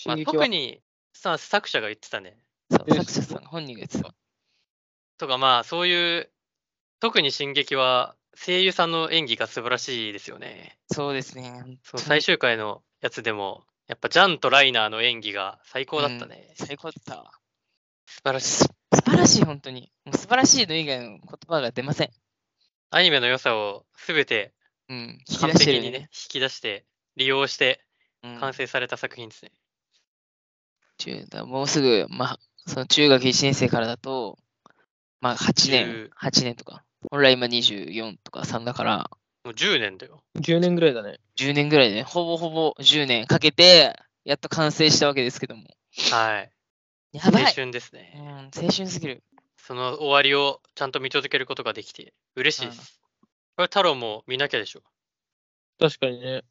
Speaker 2: まあ、特にさ作者が言ってたね
Speaker 1: そう
Speaker 3: え
Speaker 1: 作者さん本人が言ってた。
Speaker 2: とかまあそういう特に「進撃」は声優さんの演技が素晴らしいですよね
Speaker 1: そうですね。
Speaker 2: その最終回のやつでもやっぱジャンとライナーの演技が最高だったね、素
Speaker 1: 最高だったわ。
Speaker 2: 晴らしい
Speaker 1: す素晴らしい、本当に。もう素晴らしいの以外の言葉が出ません。
Speaker 2: アニメの良さを全て
Speaker 1: うん。引き
Speaker 2: 完
Speaker 1: 出して
Speaker 2: 璧
Speaker 1: る
Speaker 2: にね
Speaker 1: よね。
Speaker 2: 引き出して利用して
Speaker 1: うん
Speaker 2: 完成された作品ですね、
Speaker 1: 中だもうすぐ、まあ、その中学1年生からだと、まあ、8年
Speaker 2: 10、
Speaker 1: 8年とか。俺ら今24とか3だから、
Speaker 2: もう10年だよ。
Speaker 3: 10年ぐらいだね。
Speaker 1: 10年ぐらいで、ね、ほぼほぼ10年かけて、やっと完成したわけですけども。
Speaker 2: はい。
Speaker 1: やば
Speaker 2: 青
Speaker 1: い、
Speaker 2: 春です
Speaker 1: うん
Speaker 2: ね。、
Speaker 1: 青春すぎる。
Speaker 2: その終わりをちゃんと見届けることができて、嬉しいです。これ太郎も見なきゃでしょ。
Speaker 3: 確かにね。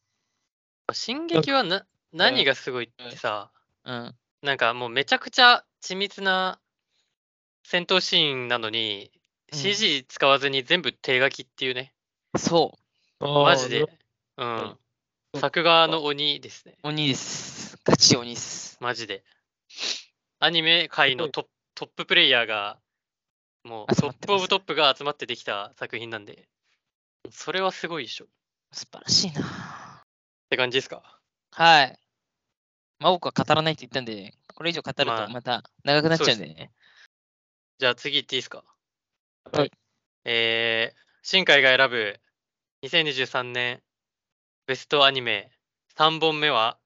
Speaker 2: 進撃はな何がすごいってさ、
Speaker 1: うん。
Speaker 2: なんかもうめちゃくちゃ緻密な戦闘シーンなのに、
Speaker 1: うん
Speaker 2: CG 使わずに全部手書きっていうね。
Speaker 1: そ
Speaker 2: マジで。う。
Speaker 3: うんうん
Speaker 2: 作画の鬼ですね。
Speaker 1: う、鬼です。ガチ鬼です。
Speaker 2: マジで。アニメ界の
Speaker 3: すごい
Speaker 2: トップトッププレイヤーが、もう
Speaker 1: 集
Speaker 2: ト
Speaker 1: まってま
Speaker 2: ッ
Speaker 1: す
Speaker 2: プオブトップが集まってできた作品なんで、それはすごいでしょ。っ
Speaker 1: 素晴らしいな。
Speaker 2: て感じですか
Speaker 1: はい。まあ、僕は語らないって言ったんで、これ以上語ると
Speaker 2: まあ
Speaker 1: また長くなっちゃうんでね。
Speaker 2: じゃあ次行っていいですか
Speaker 3: はい。
Speaker 2: えー、新海が選ぶ2023年ベストアニメ3本目は、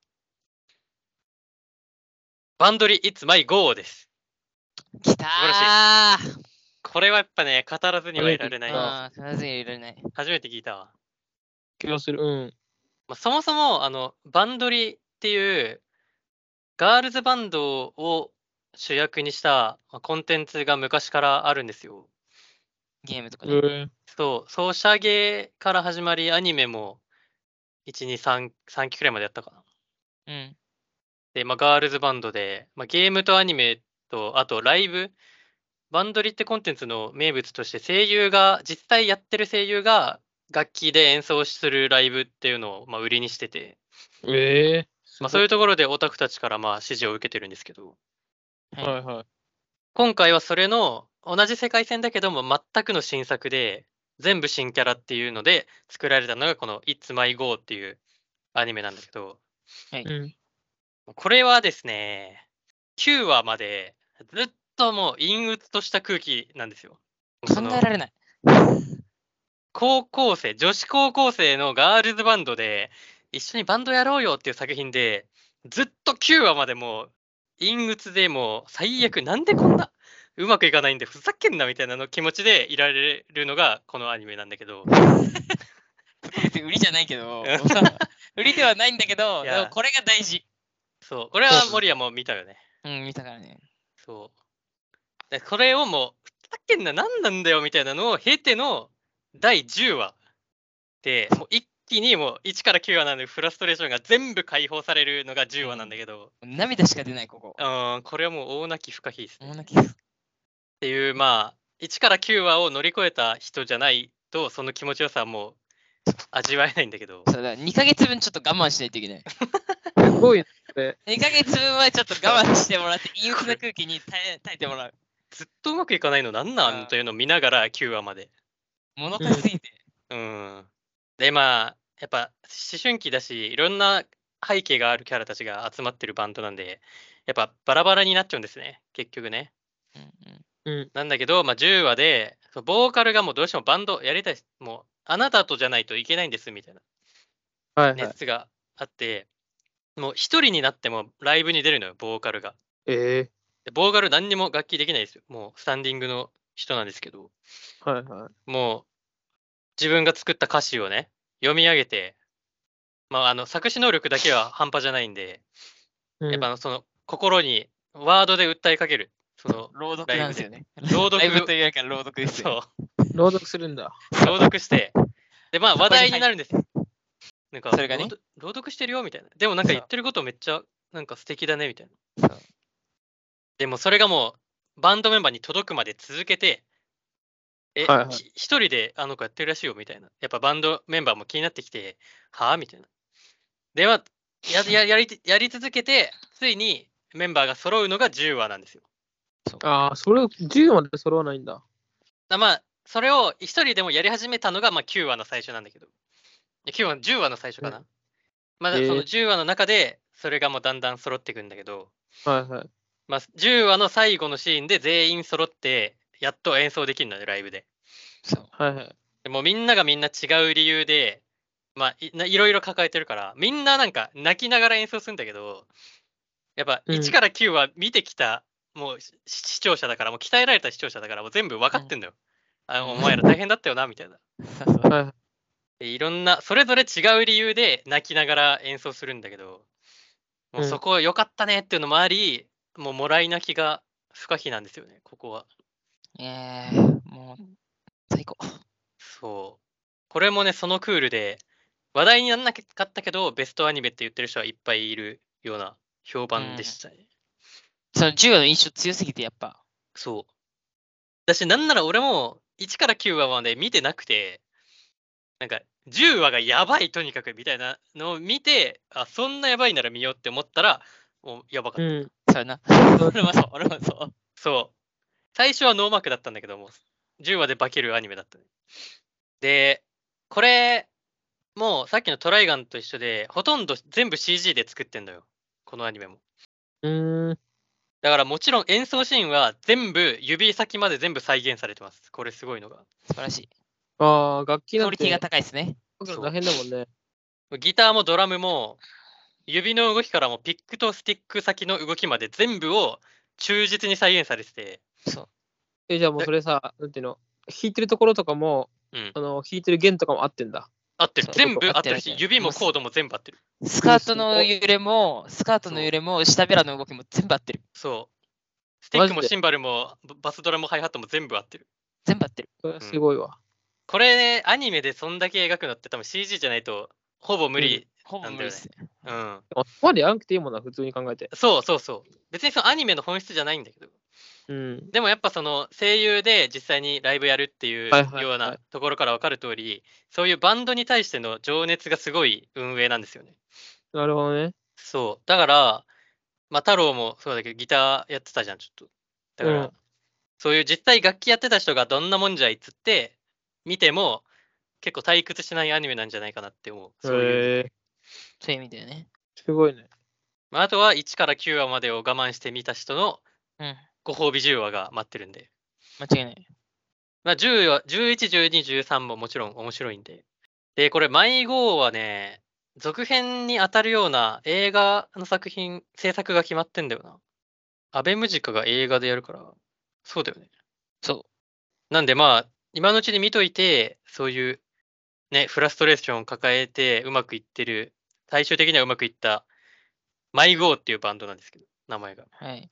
Speaker 2: バンドリー It's My Go です。
Speaker 1: きたー
Speaker 2: これはやっぱね、語らずにはいられない。
Speaker 1: あ
Speaker 3: は
Speaker 1: あ、必ず入れられない。
Speaker 2: 初めて聞いたわ。
Speaker 3: 気がする。うん。
Speaker 2: まあ、そもそもあのバンドリっていうガールズバンドを主役にしたまあコンテンツが昔からあるんですよ。
Speaker 1: ゲームとか
Speaker 3: え
Speaker 1: ね。
Speaker 3: ー
Speaker 2: そう、ソーシャゲから始まり、アニメも1、2、3、3期くらいまでやったかな。
Speaker 1: うん。
Speaker 2: で、まあ、ガールズバンドで、まあ、ゲームとアニメと、あとライブ。バンドリってコンテンツの名物として、声優が、実際やってる声優が楽器で演奏するライブっていうのをまあ売りにしてて、
Speaker 3: えー
Speaker 2: まあ、そういうところでオタクたちからまあ支持を受けてるんですけど、
Speaker 3: はいはい。
Speaker 2: 今回はそれの同じ世界線だけども全くの新作で全部新キャラっていうので作られたのがこの「It's My Go」っていうアニメなんだけど
Speaker 3: うん。
Speaker 2: これはですね9話までずっともう陰鬱とした空気なんですよ。そ
Speaker 1: 考
Speaker 2: の
Speaker 1: えられない。 <laughs>
Speaker 2: 高校生女子高校生のガールズバンドで一緒にバンドやろうよっていう作品でずっと9話までもう陰鬱でもう最悪なんでこんなうまくいかないんでふざけんなみたいなの気持ちでいられるのがこのアニメなんだけど
Speaker 1: 別に売りじゃないけど、売りではないんだけど、
Speaker 2: い
Speaker 1: で
Speaker 2: や
Speaker 1: もこれが大事。
Speaker 2: そうこれは森谷も見たよね
Speaker 1: うん、見たからね。
Speaker 2: そうでこれをもうふざけんな何なんだよみたいなのを経ての第10話でもう一気にもう1から9話なのでフラストレーションが全部解放されるのが10話なんだけど、
Speaker 1: 涙しか出ない、ここ。
Speaker 2: うん、これはもう大泣き不可避です、ね。
Speaker 1: 大
Speaker 2: っ
Speaker 1: 泣きです。
Speaker 2: ていう、まあ、1から9話を乗り越えた人じゃないと、その気持ちよさはもう味わえないんだけど、
Speaker 1: そうだ、2ヶ月分ちょっと我慢しないといけない。
Speaker 3: すごい。
Speaker 1: 2ヶ月分はちょっと我慢してもらって、陰鬱な空気に耐え耐えてもらう。
Speaker 2: ずっとうまくいかないのなんなんというのを見ながら9話まで。
Speaker 1: 物足りすぎて。
Speaker 2: うん。で、まあ、やっぱ思春期だし、いろんな背景があるキャラたちが集まってるバンドなんで、やっぱバラバラになっちゃうんですね、結局ね。
Speaker 1: うんうん
Speaker 2: なんだけど、まあ、10話で、そのボーカルがもうどうしてもバンドやりたいし、もうあなたとじゃないといけないんですみたいな。
Speaker 3: はいはい。
Speaker 2: 熱があって、もう一人になってもライブに出るのよ、ボーカルが。
Speaker 3: え
Speaker 2: でボーカル何にも楽器できないですよ。もうスタンディングの人なんですけど、
Speaker 3: ーはいはい。
Speaker 2: もう自分が作った歌詞をね、読み上げて、まあ、あの作詞能力だけは半端じゃないんで、
Speaker 3: うん
Speaker 2: やっぱあのその心にワードで訴えかける、その
Speaker 1: 朗読なんですよね。
Speaker 2: 朗読
Speaker 1: ライブというよりか朗読ですよ。
Speaker 2: そう
Speaker 3: 朗読するんだ。
Speaker 2: 朗読して、で、まあ
Speaker 1: そこ
Speaker 2: 話
Speaker 1: に
Speaker 2: 題になる
Speaker 1: <laughs>
Speaker 2: んですよ。なんか、
Speaker 1: それがね
Speaker 2: 朗読朗読してるよみたいな。でもなんか言ってることめっちゃ、なんか素敵だねみたいな
Speaker 1: そう。
Speaker 2: でもそれがもう、バンドメンバーに届くまで続けて、え、
Speaker 3: はいはい
Speaker 2: ひ一人であの子やってるらしいよみたいな。やっぱバンドメンバーも気になってきて、はあみたいな。では、やややりやり続けて、ついにメンバーが揃うのが10話なんですよ。
Speaker 3: ああ、それを10まで揃わないんだ。
Speaker 2: だまあ、それを一人でもやり始めたのが、まあ、9話の最初なんだけど、いや9話、10話の最初かな。まだ
Speaker 3: えー
Speaker 2: その10話の中で、それがもうだんだん揃っていくんだけど、
Speaker 3: はいはい。
Speaker 2: まあ、10話の最後のシーンで全員揃って、やっと演奏できるのよ、ライブで。
Speaker 1: そう。
Speaker 3: はいはい。
Speaker 2: でもうみんながみんな違う理由で、まあ、いないろいろ抱えてるから、みんななんか泣きながら演奏するんだけど、やっぱ
Speaker 3: うん
Speaker 2: 1から9は見てきた、もうし視聴者だから、もう鍛えられた視聴者だから、もう全部分かってんだよ。あお前ら大変だったよな、みたいな。
Speaker 1: そうそう
Speaker 3: はい。
Speaker 2: でいろんな、それぞれ違う理由で泣きながら演奏するんだけど、もう
Speaker 3: うん
Speaker 2: そこ良かったねっていうのもあり、もうもらい泣きが不可避なんですよね、ここは。
Speaker 1: えー、もう、最高。
Speaker 2: そう。これもね、そのクールで、話題にならなかったけど、ベストアニメって言ってる人はいっぱいいるような評判でしたね。
Speaker 1: その10話の印象強すぎて、やっぱ。
Speaker 2: そう。だし、なんなら俺も1から9話まで見てなくて、なんか10話がやばいとにかくみたいなのを見て、あ、そんなやばいなら見ようって思ったら、もうやばか
Speaker 3: う
Speaker 2: っ
Speaker 3: ん。
Speaker 1: そうやな。
Speaker 2: た。俺もそう、俺もそう。そう。最初はノーマークだったんだけども、10話で化けるアニメだったね。で、これ、もうさっきのトライガンと一緒で、ほとんど全部 CG で作ってんのよ。このアニメも。
Speaker 3: うん。
Speaker 2: だからもちろん演奏シーンは全部指先まで全部再現されてます。これすごいのが。
Speaker 1: 素晴らしい。
Speaker 3: ああ、楽
Speaker 1: ク
Speaker 3: 器な
Speaker 1: オ
Speaker 3: ん
Speaker 1: リ
Speaker 3: て
Speaker 1: ティが高いですね。
Speaker 3: 僕ら大変だもんね。
Speaker 2: ギターもドラムも指の動きからもピックとスティック先の動きまで全部を忠実に再現されてて、
Speaker 3: え、じゃあもうそれさ、なんていうの、弾いてるところとかも、
Speaker 2: うん
Speaker 3: あの弾いてる弦とかも合ってんだ。
Speaker 2: 合ってる
Speaker 1: そう。
Speaker 2: 全部合ってる
Speaker 1: 合
Speaker 2: し
Speaker 1: っ、てる
Speaker 2: 指もコードも全部合ってる。
Speaker 1: スカートの揺れも、スカートの揺れも、下べらの動きも全部合ってる。
Speaker 2: そう。スティック
Speaker 3: マ
Speaker 2: も
Speaker 3: ジで
Speaker 2: シンバルもバスドラムもハイハットも全部合ってる。
Speaker 1: 全部合ってる。
Speaker 3: それはすごいわ。
Speaker 2: これ、アニメでそんだけ描くのって多分 CG じゃないとほぼ無理。
Speaker 1: ほぼ無理ですね。
Speaker 2: うん。
Speaker 3: あそこまでやらなくていいもんな、普通に考えて。
Speaker 2: そうそうそう。別にそのアニメの本質じゃないんだけど。
Speaker 3: うん。
Speaker 2: でもやっぱその声優で実際にライブやるっていう
Speaker 3: はいはいはい
Speaker 2: ようなところから分かる通り、そういうバンドに対しての情熱がすごい運営なんですよね。
Speaker 3: なるほどね。
Speaker 2: そう。だから、まあ太郎もそうだけど、ギターやってたじゃん、ちょっと。だから、
Speaker 3: うん
Speaker 2: そういう実際楽器やってた人がどんなもんじゃいっつって、見ても結構退屈しないアニメなんじゃないかなって思う。そういう。
Speaker 3: へえ。
Speaker 1: そういう意味だよね。
Speaker 3: すごいね。
Speaker 2: まあ、あとは1から9話までを我慢して見た人の
Speaker 1: うん。
Speaker 2: ご褒美10話が待ってるんで。
Speaker 1: 間違いない。
Speaker 2: まあ、10は11、12、13ももちろん面白いんで。で、これ、迷子はね、続編に当たるような映画の作品、制作が決まってんだよな。安倍ムジカが映画でやるから、そうだよね。
Speaker 1: そ
Speaker 2: なんでまあ、今のうちに見といて、そういう、ね、フラストレーションを抱えてうまくいってる、最終的にはうまくいった、迷子っていうバンドなんですけど、名前が。
Speaker 1: う。はい。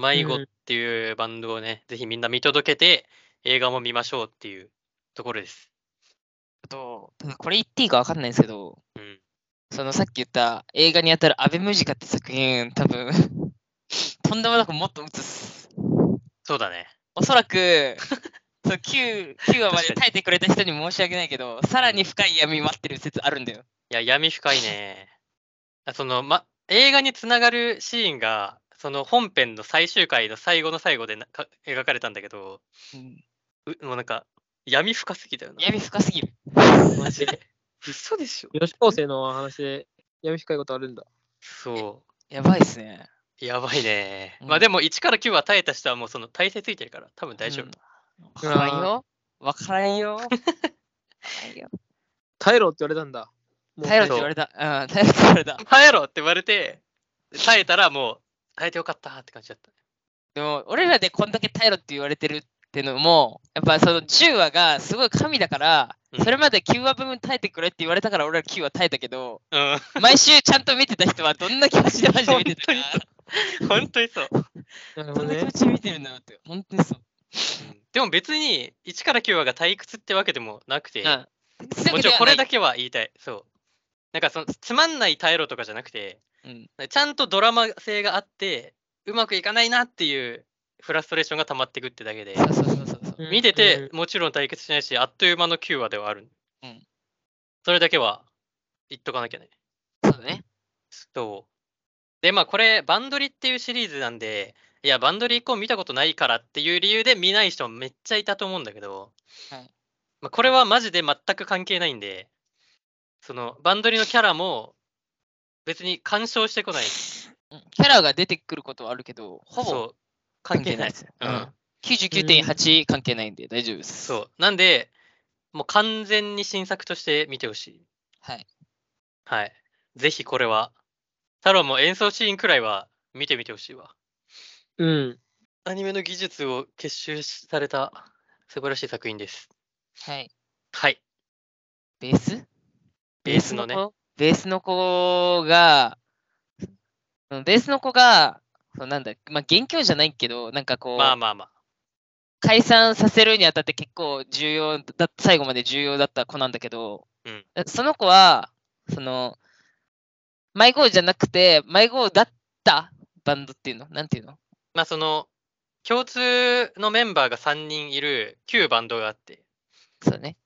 Speaker 2: 迷子
Speaker 3: う
Speaker 2: っ
Speaker 3: ん
Speaker 2: ていうバンドをね、ぜひみんな見届けて、映画も見ましょうっていうところです。
Speaker 1: あと、ただこれ言っていいかわかんないんですけど、
Speaker 2: うん。
Speaker 1: そのさっき言った映画にあたるアベムジカって作品、多分 <laughs> とんでもなくもっと映す。
Speaker 2: そうだね。
Speaker 1: おそら <laughs> く、そう 9, 9話まで
Speaker 2: 確かに
Speaker 1: 耐えてくれた人に申し訳ないけど、さらに深い闇待ってる説あるんだよ。
Speaker 2: いや、闇深いね。 <laughs> あその、ま、映画につながるシーンが、その本編の最終回の最後の最後でなか描かれたんだけど、
Speaker 1: うん
Speaker 2: うもうなんか、闇深すぎだよ
Speaker 1: <laughs>
Speaker 2: な。
Speaker 1: 闇深すぎる。
Speaker 2: マジで。嘘でしょ。
Speaker 3: 女子高生の話で闇深いことあるんだ。
Speaker 2: そ
Speaker 1: やばいっすね。
Speaker 2: う。やばいね。
Speaker 1: うん
Speaker 2: まあでも、1から9は耐えた人はもうその体勢ついてるから、多分大丈夫。
Speaker 1: うん。わからんよ。わからんよ。わからん <laughs> よ
Speaker 3: 耐えろって言われたんだ。もう
Speaker 1: 耐えろって
Speaker 2: そう
Speaker 1: 言われた。うん、耐えろって言われた。
Speaker 2: 耐えろって言われて、耐えたらもう、耐えてよかったって感じだった。
Speaker 1: でも、俺らでこんだけ耐えろって言われてるってのも、やっぱその10話がすごい神だから
Speaker 2: うん、
Speaker 1: それまで9話分耐えてくれって言われたから俺ら9話耐えたけど、
Speaker 2: うん
Speaker 1: 毎週ちゃんと見てた人はどんな気持ちでマジで見て <laughs> た
Speaker 2: 本当にそう。
Speaker 3: なるほ
Speaker 1: ど
Speaker 3: ど
Speaker 1: んな気
Speaker 3: ね
Speaker 1: 持。ちで見てるんだろうって、本当にそう。
Speaker 2: でも別に1から9話が退屈ってわけでもなくて、
Speaker 1: うん。
Speaker 2: もちろんこれだ
Speaker 1: け。
Speaker 2: けは言いたい。そう。なんかそのつまんない耐えろとかじゃなくて、
Speaker 1: うん
Speaker 2: ちゃんとドラマ性があって、うまくいかないなっていうフラストレーションが溜まってくってだけで、
Speaker 1: そうそうそうそうそう。
Speaker 3: うん
Speaker 2: 見てて、もちろん対決しないし、あっという間の9話ではある。
Speaker 1: うん
Speaker 2: それだけは言っとかなきゃね。
Speaker 1: そうだね。
Speaker 2: そう。で、まあこれ、バンドリっていうシリーズなんで、いや、バンドリ以降見たことないからっていう理由で見ない人もめっちゃいたと思うんだけど、
Speaker 1: はい
Speaker 2: まあ、これはマジで全く関係ないんで、そのバンドリのキャラも別に干渉してこない。
Speaker 1: うんキャラが出てくることはあるけど、ほ
Speaker 2: そ
Speaker 1: ぼ
Speaker 2: う関係ない。
Speaker 1: ですよ。
Speaker 2: う
Speaker 1: うんん。99.8関係ないんで大丈夫です。
Speaker 2: そう。なんで、もう完全に新作として見てほしい。
Speaker 1: はい。
Speaker 2: はい。ぜひこれは、太郎も演奏シーンくらいは見てみてほしいわ。
Speaker 3: うん。
Speaker 2: アニメの技術を結集しされた素晴らしい作品です。
Speaker 1: はい。
Speaker 2: はい。
Speaker 1: ベース
Speaker 2: ベースのね。
Speaker 1: 子ベースの子が、うんベースの子が、そうなんだ、まあ、元凶じゃないけど、なんかこう、
Speaker 2: まあまあまあ。
Speaker 1: 解散させるにあたって結構重要だ、最後まで重要だった子なんだけど、
Speaker 2: うん
Speaker 1: その子は、その、迷子じゃなくて、迷子だったバンドっていうのなんていうの
Speaker 2: まあその、共通のメンバーが3人いる旧バンドがあって、
Speaker 1: そうね。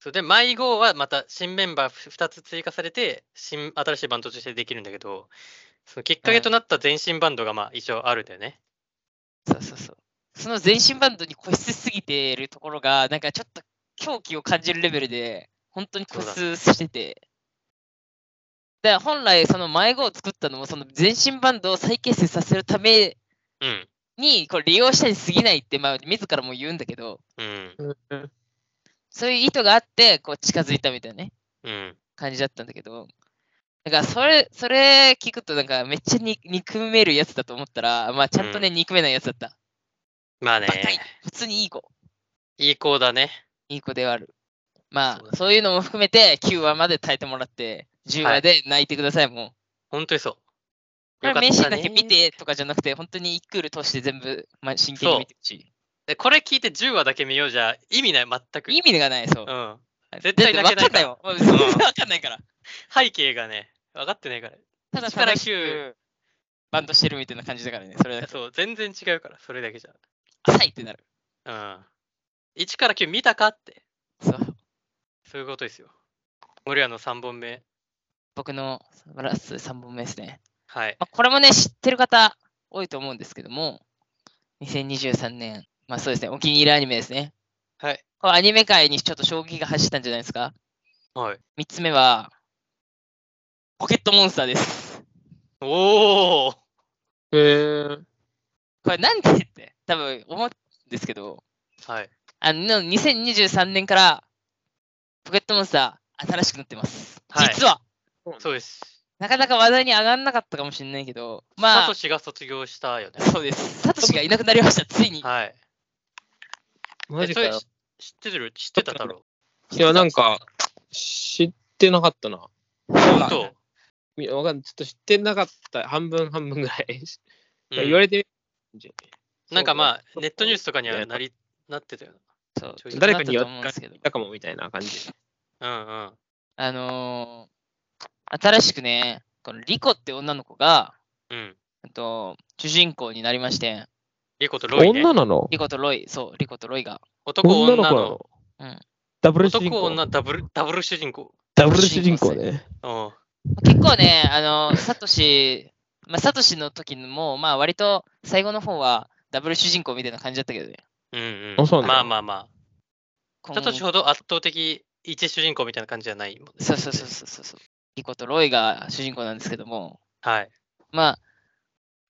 Speaker 2: そうで、迷子はまた新メンバー2つ追加されて、新新しいバンドとしてできるんだけど、そのきっかけとなった前身バンドがまあ一応あるんだよね。
Speaker 1: そうそうそう。その全身バンドに固執しすぎてるところが、なんかちょっと狂気を感じるレベルで、本当に固執してて。だから本来、その迷子を作ったのも、その全身バンドを再結成させるため
Speaker 2: うん。
Speaker 1: に、これ利用したに過ぎないって、まあ、自らも言うんだけど、
Speaker 2: うん。
Speaker 1: そういう意図があって、こう近づいたみたいなね、
Speaker 2: うん。
Speaker 1: 感じだったんだけど、だからそれ、それ聞くと、なんかめっちゃに憎めるやつだと思ったら、まあちゃんとね、憎めないやつだった。
Speaker 2: まあね
Speaker 1: バ、カい普通にいい子。
Speaker 2: いい子だね。
Speaker 1: いい子ではある。まあ
Speaker 2: そう
Speaker 1: そ
Speaker 2: だ
Speaker 1: う,、
Speaker 2: ね
Speaker 1: いうのも含めて9話まで耐えてもらって10
Speaker 2: は
Speaker 1: 話
Speaker 2: い
Speaker 1: で泣いてください、もう。
Speaker 2: 本当にそう。
Speaker 1: こ
Speaker 2: よ
Speaker 1: れ
Speaker 2: かった
Speaker 1: 名
Speaker 2: ね
Speaker 1: シーンだけ見てとかじゃなくて本当に一クール通して全部、まあ、真剣に見てほしい。
Speaker 2: でこれ聞いて10話だけ見ようじゃ意味ない、全く。
Speaker 1: 意味がないそう。
Speaker 2: うん。
Speaker 1: はい
Speaker 2: 絶対
Speaker 1: だ
Speaker 2: 泣
Speaker 1: って
Speaker 2: けな
Speaker 1: わか
Speaker 2: い
Speaker 1: ん
Speaker 2: か
Speaker 1: ない <laughs>
Speaker 2: ら
Speaker 1: よ。わかんないから。
Speaker 2: 背景がね、分かってないから。
Speaker 1: ただ
Speaker 2: 一から
Speaker 1: 楽しくバンドしてるみたいな感じだからね。そ <laughs> れだ
Speaker 2: <laughs>
Speaker 1: け
Speaker 2: そう、全然違うから、それだけじ
Speaker 1: 浅いってなる。
Speaker 2: ゃ。うん。1から9見たかって、
Speaker 1: そう。
Speaker 2: そういうことですよ。森アの3本目。
Speaker 1: 僕のラスト3本目ですね。
Speaker 2: はい。
Speaker 1: まあ、これもね、知ってる方多いと思うんですけども、2023年、まあそうですね、お気に入りアニメですね。
Speaker 2: はい。
Speaker 1: これアニメ界にちょっと衝撃が走ったんじゃないですか
Speaker 2: はい。
Speaker 1: 3つ目は、ポケットモンスターです。
Speaker 2: おお
Speaker 3: へえ。
Speaker 1: これなんでって多分思うんですけど、
Speaker 2: はい。
Speaker 1: あの、2023年からポケットモンスター新しくなってます。
Speaker 2: はい
Speaker 1: 実は、
Speaker 2: そうです。
Speaker 1: なかなか話題に上がらなかったかもしれないけど、ま
Speaker 2: サ
Speaker 1: あ
Speaker 2: ト、シが卒業したよ
Speaker 1: <laughs>
Speaker 2: ね。
Speaker 1: そうです。サトシがいなくなりました、ついに。
Speaker 2: はい。
Speaker 3: マジ
Speaker 2: え
Speaker 3: か
Speaker 2: それ
Speaker 3: よ
Speaker 2: し。知ってる知ってただろ
Speaker 3: いや、なんか、知ってなかったな。
Speaker 2: う。
Speaker 1: そう
Speaker 2: 本
Speaker 1: だ
Speaker 2: 当。
Speaker 3: いやわかんない。ちょっと知ってなかった。半分半分ぐらい。
Speaker 2: うん
Speaker 3: 言われてみる
Speaker 2: なんかまあ、ネットニュー
Speaker 3: ス
Speaker 2: スとかには
Speaker 3: ね
Speaker 2: なりなってたよ
Speaker 1: そう
Speaker 2: ちょい
Speaker 3: 誰かに
Speaker 1: な
Speaker 3: や
Speaker 1: っと
Speaker 3: った
Speaker 1: 思うんですけど。
Speaker 3: たかもみたいな感じ。
Speaker 2: な。うんうん。
Speaker 1: あのー新しくね、このリコって女の子が、
Speaker 2: うん。
Speaker 1: えっと主人公になりまして、
Speaker 2: リコとロイね。
Speaker 3: なの
Speaker 1: リコとロイ、そう、リコとロイが。
Speaker 2: 男女の
Speaker 1: うん
Speaker 3: ダブ
Speaker 2: 男女ダブルダブル主人公。
Speaker 3: ダ
Speaker 1: ブル主人公
Speaker 3: ね。
Speaker 2: うん。
Speaker 1: 結構ね、あのーサトシ、 <laughs> まあ、サトシの時も、まあ、割と最後の方はダブル主人公みたいな感じだったけどね。
Speaker 2: うんうん、
Speaker 3: あそうなんだ
Speaker 2: まあまあまあ。
Speaker 1: 今後
Speaker 2: サトシほど圧倒的一主人公みたいな感じじゃないもんね。
Speaker 1: そうそうそうそうそうそう。リコとロイが主人公なんですけども、
Speaker 2: はい。
Speaker 1: まあ、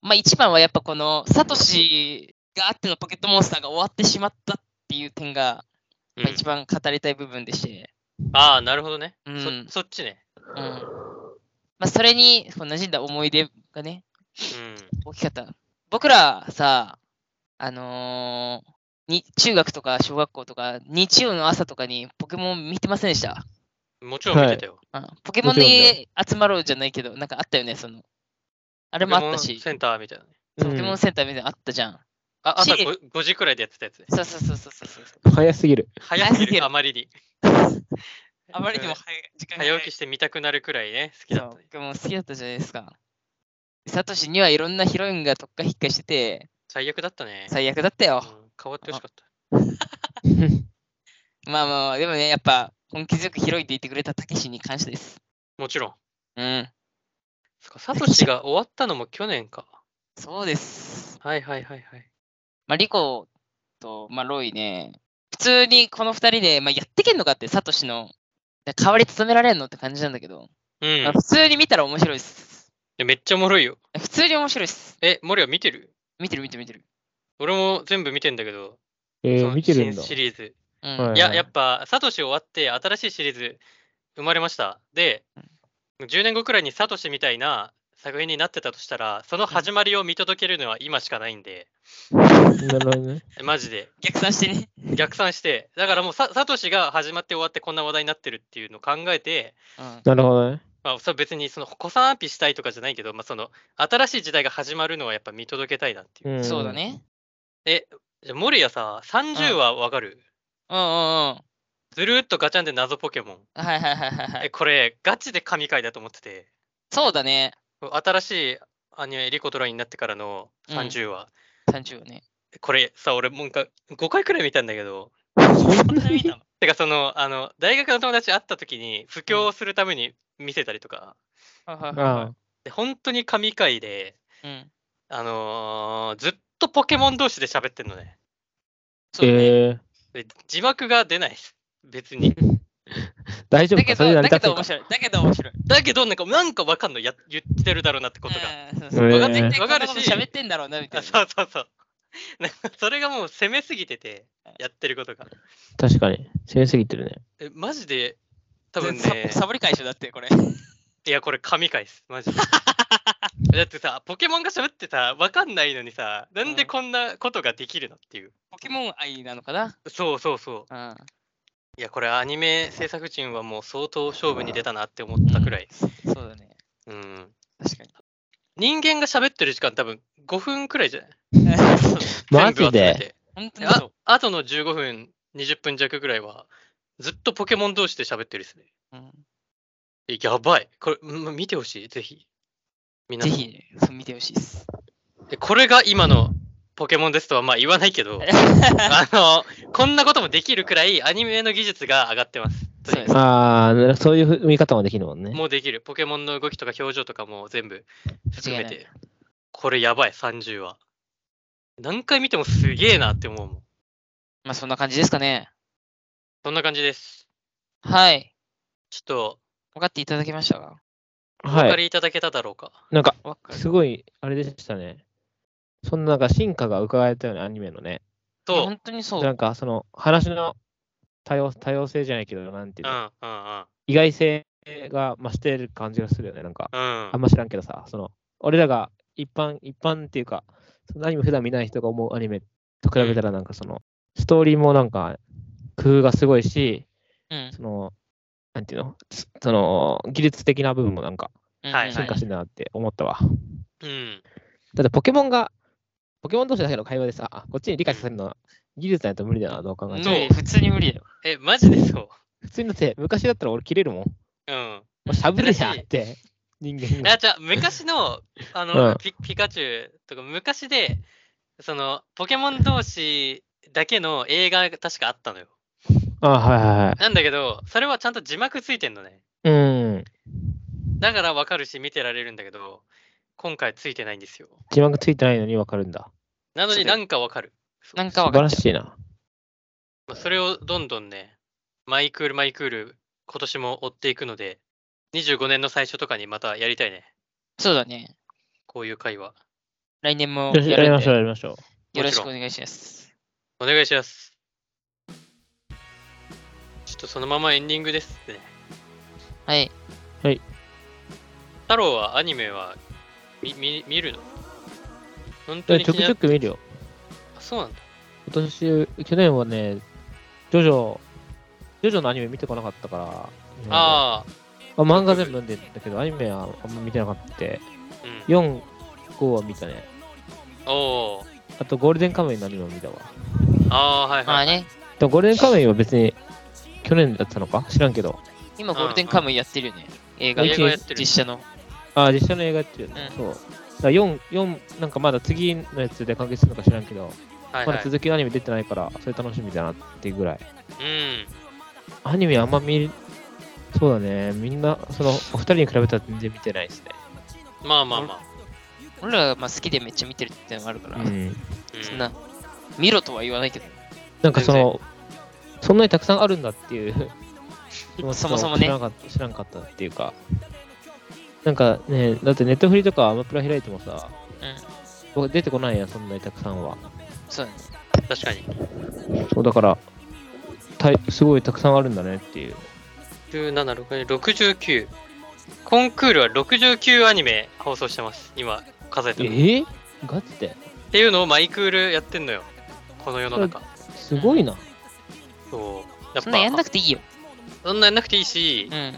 Speaker 1: まあ一番はやっぱこのサトシがあってのポケットモンスターが終わってしまったっていう点が、
Speaker 2: う
Speaker 1: まあ、一
Speaker 2: ん、
Speaker 1: 番語りたい部分でして、
Speaker 2: ああ、なるほどね、
Speaker 1: うん
Speaker 2: そ。そっちね。
Speaker 1: うんまあ、それにこう馴染んだ思い出がね、
Speaker 2: う
Speaker 1: 大きかった。僕らさ、あのーに中学とか小学校とか、日曜の朝とかにポケモン見てませんでした、
Speaker 2: ん。もちろん見てたよ。
Speaker 1: うんポケモン
Speaker 3: もちろん
Speaker 1: に集まろうじゃないけど、なんかあったよね、その。あれもあった
Speaker 2: ポケモ
Speaker 1: し
Speaker 2: ン、センターみたいなね。
Speaker 1: ポケモンセンターみたいなのあったじゃん。
Speaker 2: あ朝
Speaker 1: し
Speaker 2: 5, 5時くらいでやってたやつね。
Speaker 1: そうそうそうそうそうそう。
Speaker 3: 早すぎる。
Speaker 2: 早す
Speaker 1: 早すぎ
Speaker 2: ぎる、
Speaker 1: る
Speaker 2: あまりに。 <laughs>
Speaker 1: あまりにも早い時間が
Speaker 2: 早
Speaker 1: き
Speaker 2: 起きして見たくなるくらいね、好きだったね。
Speaker 1: 僕も好きだったじゃないですか。サトシにはいろんなヒロインがとっかひっかしてて、
Speaker 2: 最悪だったね。
Speaker 1: 最悪だったよ。
Speaker 2: うん変わってほしかった。
Speaker 1: まあまあまあ、でもね、やっぱ本気強くヒロインって言ってくれたたけしに感謝です。
Speaker 2: もちろん。
Speaker 1: うん。
Speaker 2: そっかサトシが終わったのも去年か。
Speaker 1: そうです。
Speaker 2: はいはいはいはい。
Speaker 1: まあ、リコと、まあ、ロイね、普通にこの2人で、まあ、やってけんのかって、サトシの代わり務められんのって感じなんだけど、
Speaker 2: うんい
Speaker 1: まあ、普通に見たら面白いです。
Speaker 2: や。めっちゃおもろいよ。
Speaker 1: 普通に面白いです。
Speaker 2: え、森は見てる
Speaker 1: 見てる見てる見てる。
Speaker 2: 俺も全部見てんだけど、
Speaker 3: え
Speaker 2: そ
Speaker 3: ー
Speaker 2: の
Speaker 3: 見てるん
Speaker 2: 新。
Speaker 3: だ
Speaker 2: シリーズ。
Speaker 1: うん。
Speaker 3: はい
Speaker 2: いや、やっぱ、サトシ終わって、新しいシリーズ生まれました。で、10年後くらいにサトシみたいな作品になってたとしたら、その始まりを見届けるのは今しかないんで、
Speaker 3: なるほどね。
Speaker 2: マジで
Speaker 1: 逆算してね。
Speaker 2: 逆算して、だからもうさ、サトシが始まって終わってこんな話題になってるっていうのを考えて、
Speaker 1: うん。
Speaker 3: なるほどね。
Speaker 2: まあ、それは別にその子さんアピしたいとかじゃないけど、まあ、その新しい時代が始まるのはやっぱ見届けたいなっていう。
Speaker 3: うん
Speaker 1: そうだ。ね。
Speaker 2: じゃあ、モリアさ、30話わかる
Speaker 1: うんうんうん。は
Speaker 2: ずるーっとガチャンで謎ポケモン。
Speaker 1: いはいはいはいは
Speaker 2: え、
Speaker 1: い。
Speaker 2: これ、ガチで神回だと思ってて、
Speaker 1: そうだね。
Speaker 2: 新しいアニメ、リコトラになってからの30話。
Speaker 1: 30ね。
Speaker 2: これさ、俺もう一回5回くらい見たんだけど、
Speaker 3: そんなに
Speaker 1: う
Speaker 2: てかその、あの、大学の友達会った時に、布教をするために見せたりとか、
Speaker 3: あ
Speaker 2: で本当に神回で、
Speaker 1: ん。
Speaker 2: あのーずっとポケモン同士で喋ってんのね。
Speaker 3: あ。
Speaker 1: そうだね。
Speaker 3: えー、
Speaker 2: で字幕が出ない。別
Speaker 1: <laughs>
Speaker 2: に。
Speaker 3: 大丈
Speaker 1: だ
Speaker 3: 夫
Speaker 1: け
Speaker 3: かそれ
Speaker 1: ど、
Speaker 3: や
Speaker 1: だ
Speaker 3: り
Speaker 1: け
Speaker 3: たそ
Speaker 1: ど
Speaker 3: うか
Speaker 1: 面白い。だけど面白い。
Speaker 2: だけど、なんか、なんかわかんのや、言ってるだろうなってことが。
Speaker 1: うんそうそう
Speaker 3: えー
Speaker 1: わかってきて、
Speaker 2: わ
Speaker 1: わ
Speaker 2: か
Speaker 1: か
Speaker 2: る
Speaker 1: る
Speaker 2: し
Speaker 1: し。喋ってんだろうな、みた
Speaker 2: あ
Speaker 1: い
Speaker 2: そうそうそう。 <laughs> なんかそれがもう攻めすぎてて、やってることが。
Speaker 3: 確かに。攻めすぎてるね。
Speaker 2: え、マジで、多
Speaker 1: な。
Speaker 2: 分
Speaker 1: 全
Speaker 2: ね
Speaker 1: 然サ、サボり解消だって、これ。
Speaker 2: いや、これ神回です。 <laughs> マジで。だってさ、ポケモンが喋ってさ、わかんないのにさ、なんでこんなことができるのっていう。
Speaker 1: ポケモン愛なのかな
Speaker 2: そうそうそ
Speaker 1: う
Speaker 2: う。
Speaker 1: ん。
Speaker 2: いや、これアニメ制作陣はもう相当勝負に出たなって思ったくらい。
Speaker 1: そうだね。
Speaker 2: うん。
Speaker 1: 確 <laughs> かに。
Speaker 2: 人間が喋ってる時間多分5分くらいじゃない
Speaker 3: マ
Speaker 2: 全
Speaker 3: ジ
Speaker 2: 部集め
Speaker 3: で
Speaker 2: て
Speaker 1: 本当にそ
Speaker 2: あ
Speaker 1: う。
Speaker 2: あとの15分、20分弱ぐらいは、ずっとポケモン同士で喋ってるですね。
Speaker 1: うん
Speaker 2: えやばい。これ、うん見てほしい。ぜひ。みんな
Speaker 1: ぜ
Speaker 2: も。
Speaker 1: ひね、そう見てほしいです。
Speaker 2: えこれが今のポケモンですとはまあ言わないけど、あの、こんなこともできるくらいアニメの技術が上がってます。
Speaker 1: そうです
Speaker 3: ああ、そういうふ見方もできるもんね。
Speaker 2: もうできる。ポケモンの動きとか表情とかも全部含め
Speaker 1: 間違い
Speaker 2: て。これやばい、30話。何回見てもすげえなって思うもん。
Speaker 1: まあそんな感じですかね。
Speaker 2: そんな感じです。
Speaker 1: はい。
Speaker 2: ちょっと、
Speaker 1: 分かっていただけましたか
Speaker 2: お分
Speaker 3: は
Speaker 2: か
Speaker 3: い。
Speaker 2: りいただけただろうか。
Speaker 3: なんか、
Speaker 1: 分かる。
Speaker 3: すごい、あれでしたね。そんななんか進化が伺えたよね、アニメのね。
Speaker 1: いや
Speaker 2: と、うん、うん、うん。
Speaker 1: 本当にそう。
Speaker 3: なんかその話の多様多様性じゃないけど、なんていうの、
Speaker 2: あ
Speaker 3: 意外性が増してる感じがするよね。なんか、あん
Speaker 2: ん
Speaker 3: ま知らんけどさ、その、俺らが一般、一般っていうか、そのアニメ普段見ない人が思うアニメと比べたら、なんかその、ストーリーもなんか、工夫がすごいし、
Speaker 1: うん。
Speaker 3: その、なんていうの、つその、技術的な部分もなんか、
Speaker 1: うん
Speaker 2: はい
Speaker 3: 進化してんだなって思ったわ。
Speaker 2: うん。
Speaker 3: だってポケモンが、ポケモン同士だけの会話でさ、あこっちに理解させるのは技術ないと無理だな、どう考えて
Speaker 2: そ
Speaker 3: も。
Speaker 2: う
Speaker 1: 無理普通に無理だよ。
Speaker 2: え、マジでそ
Speaker 3: 普通にだって、昔だったら俺切れるもん。
Speaker 2: う。うん。
Speaker 3: もうしゃぶるやんって、人間が。
Speaker 2: あ、じゃあ昔の、あの、
Speaker 3: うん
Speaker 2: ピ、ピカチュウとか、昔で、その、ポケモン同士だけの映画が確かあったのよ。
Speaker 3: あ、はいはいはい。
Speaker 2: なんだけど、それはちゃんと字幕ついてんのね。
Speaker 3: うん。
Speaker 2: だからわかるし、見てられるんだけど、今回ついてないんですよ。
Speaker 3: 字幕ついてないのにわかるんだ。
Speaker 2: なの
Speaker 1: そ
Speaker 2: に
Speaker 1: れ
Speaker 2: なんかわかる。
Speaker 1: なんか
Speaker 3: 素
Speaker 1: 分
Speaker 3: 晴
Speaker 1: かっ
Speaker 3: ら
Speaker 1: ちゃ
Speaker 3: しいな。
Speaker 2: まあそれをどんどんね、マイクールマイクール、今年も追っていくので、25年の最初とかにまたやりたいね。
Speaker 1: う。そうだね。
Speaker 2: こういう会話。
Speaker 1: 来年も
Speaker 3: よし
Speaker 1: や
Speaker 3: やり
Speaker 1: るん
Speaker 3: ましょう、
Speaker 1: で、
Speaker 3: やりましょう。
Speaker 1: よろしくお願いします。
Speaker 2: お願いします。ちょっとそのままエンディングですね。
Speaker 1: はい。
Speaker 2: 太郎はアニメは見見見るの本当
Speaker 3: で
Speaker 2: に
Speaker 3: ちょ
Speaker 2: 気
Speaker 3: く
Speaker 2: に
Speaker 3: ち
Speaker 2: な
Speaker 3: ょく見るよ。
Speaker 2: あそうなんだ。
Speaker 3: 今年、去年はね、ジョジョ、ジョジョのアニメ見てこなかったから、あ
Speaker 2: あ
Speaker 3: 漫画全部読んでんだけど、アニメはあんま見てなかった。
Speaker 2: あ、うん。
Speaker 3: 4、5は見たね。
Speaker 2: おお。
Speaker 3: あと、ゴールデンカムイのアニメも見たわ。
Speaker 2: ああー、はい
Speaker 1: ま
Speaker 2: は
Speaker 1: あ
Speaker 2: い。
Speaker 1: ね、
Speaker 3: でもゴールデンカムイは別に去年だったのか知らんけど。
Speaker 1: 今ゴールデンカムイやってるよね。映画
Speaker 2: 映画やってる
Speaker 1: 実写の。
Speaker 3: ああ、実写の映画やってるよね。
Speaker 1: うん
Speaker 3: そう。だから4、4、なんかまだ次のやつで完結するのか知らんけど、
Speaker 2: はい
Speaker 3: ま
Speaker 2: は
Speaker 3: だ
Speaker 2: い、
Speaker 3: 続きのアニメ出てないから、それ楽しみだなっていうぐらい。
Speaker 2: うん。
Speaker 3: アニメあんま見、そうだね。みんな、その、お二人に比べたら全然見てないですね。
Speaker 2: まあまあまあ。
Speaker 1: 俺らがまあ好きでめっちゃ見てるっていうのがあるから、
Speaker 3: うん。
Speaker 2: うん
Speaker 1: そんな、見ろとは言わないけど、
Speaker 3: なんかその、そんなにたくさんあるんだっていう気持ち
Speaker 1: <laughs>
Speaker 3: と
Speaker 1: そもそもね
Speaker 3: 知らなかった知らなかったっていうか。なんかね、だってネットフリとかアマプラ開いてもさ、
Speaker 1: うん
Speaker 3: 僕出てこないやん、そんなにたくさんは。
Speaker 1: そうだね。
Speaker 2: 確かに。
Speaker 3: そうだからたいすごいたくさんあるんだねっていう。
Speaker 2: 17、69。コンクールは69アニメ放送してます、今、数えて
Speaker 3: え
Speaker 2: る。っ
Speaker 3: ー、ガチで
Speaker 2: ていうのをマイクールやってんのよ、この世の中。
Speaker 3: すごいな。
Speaker 2: そう。やっ
Speaker 1: そんなやんな
Speaker 2: ぱ、
Speaker 1: くていいよ。
Speaker 2: そんなやんなくていいし
Speaker 1: う、ん。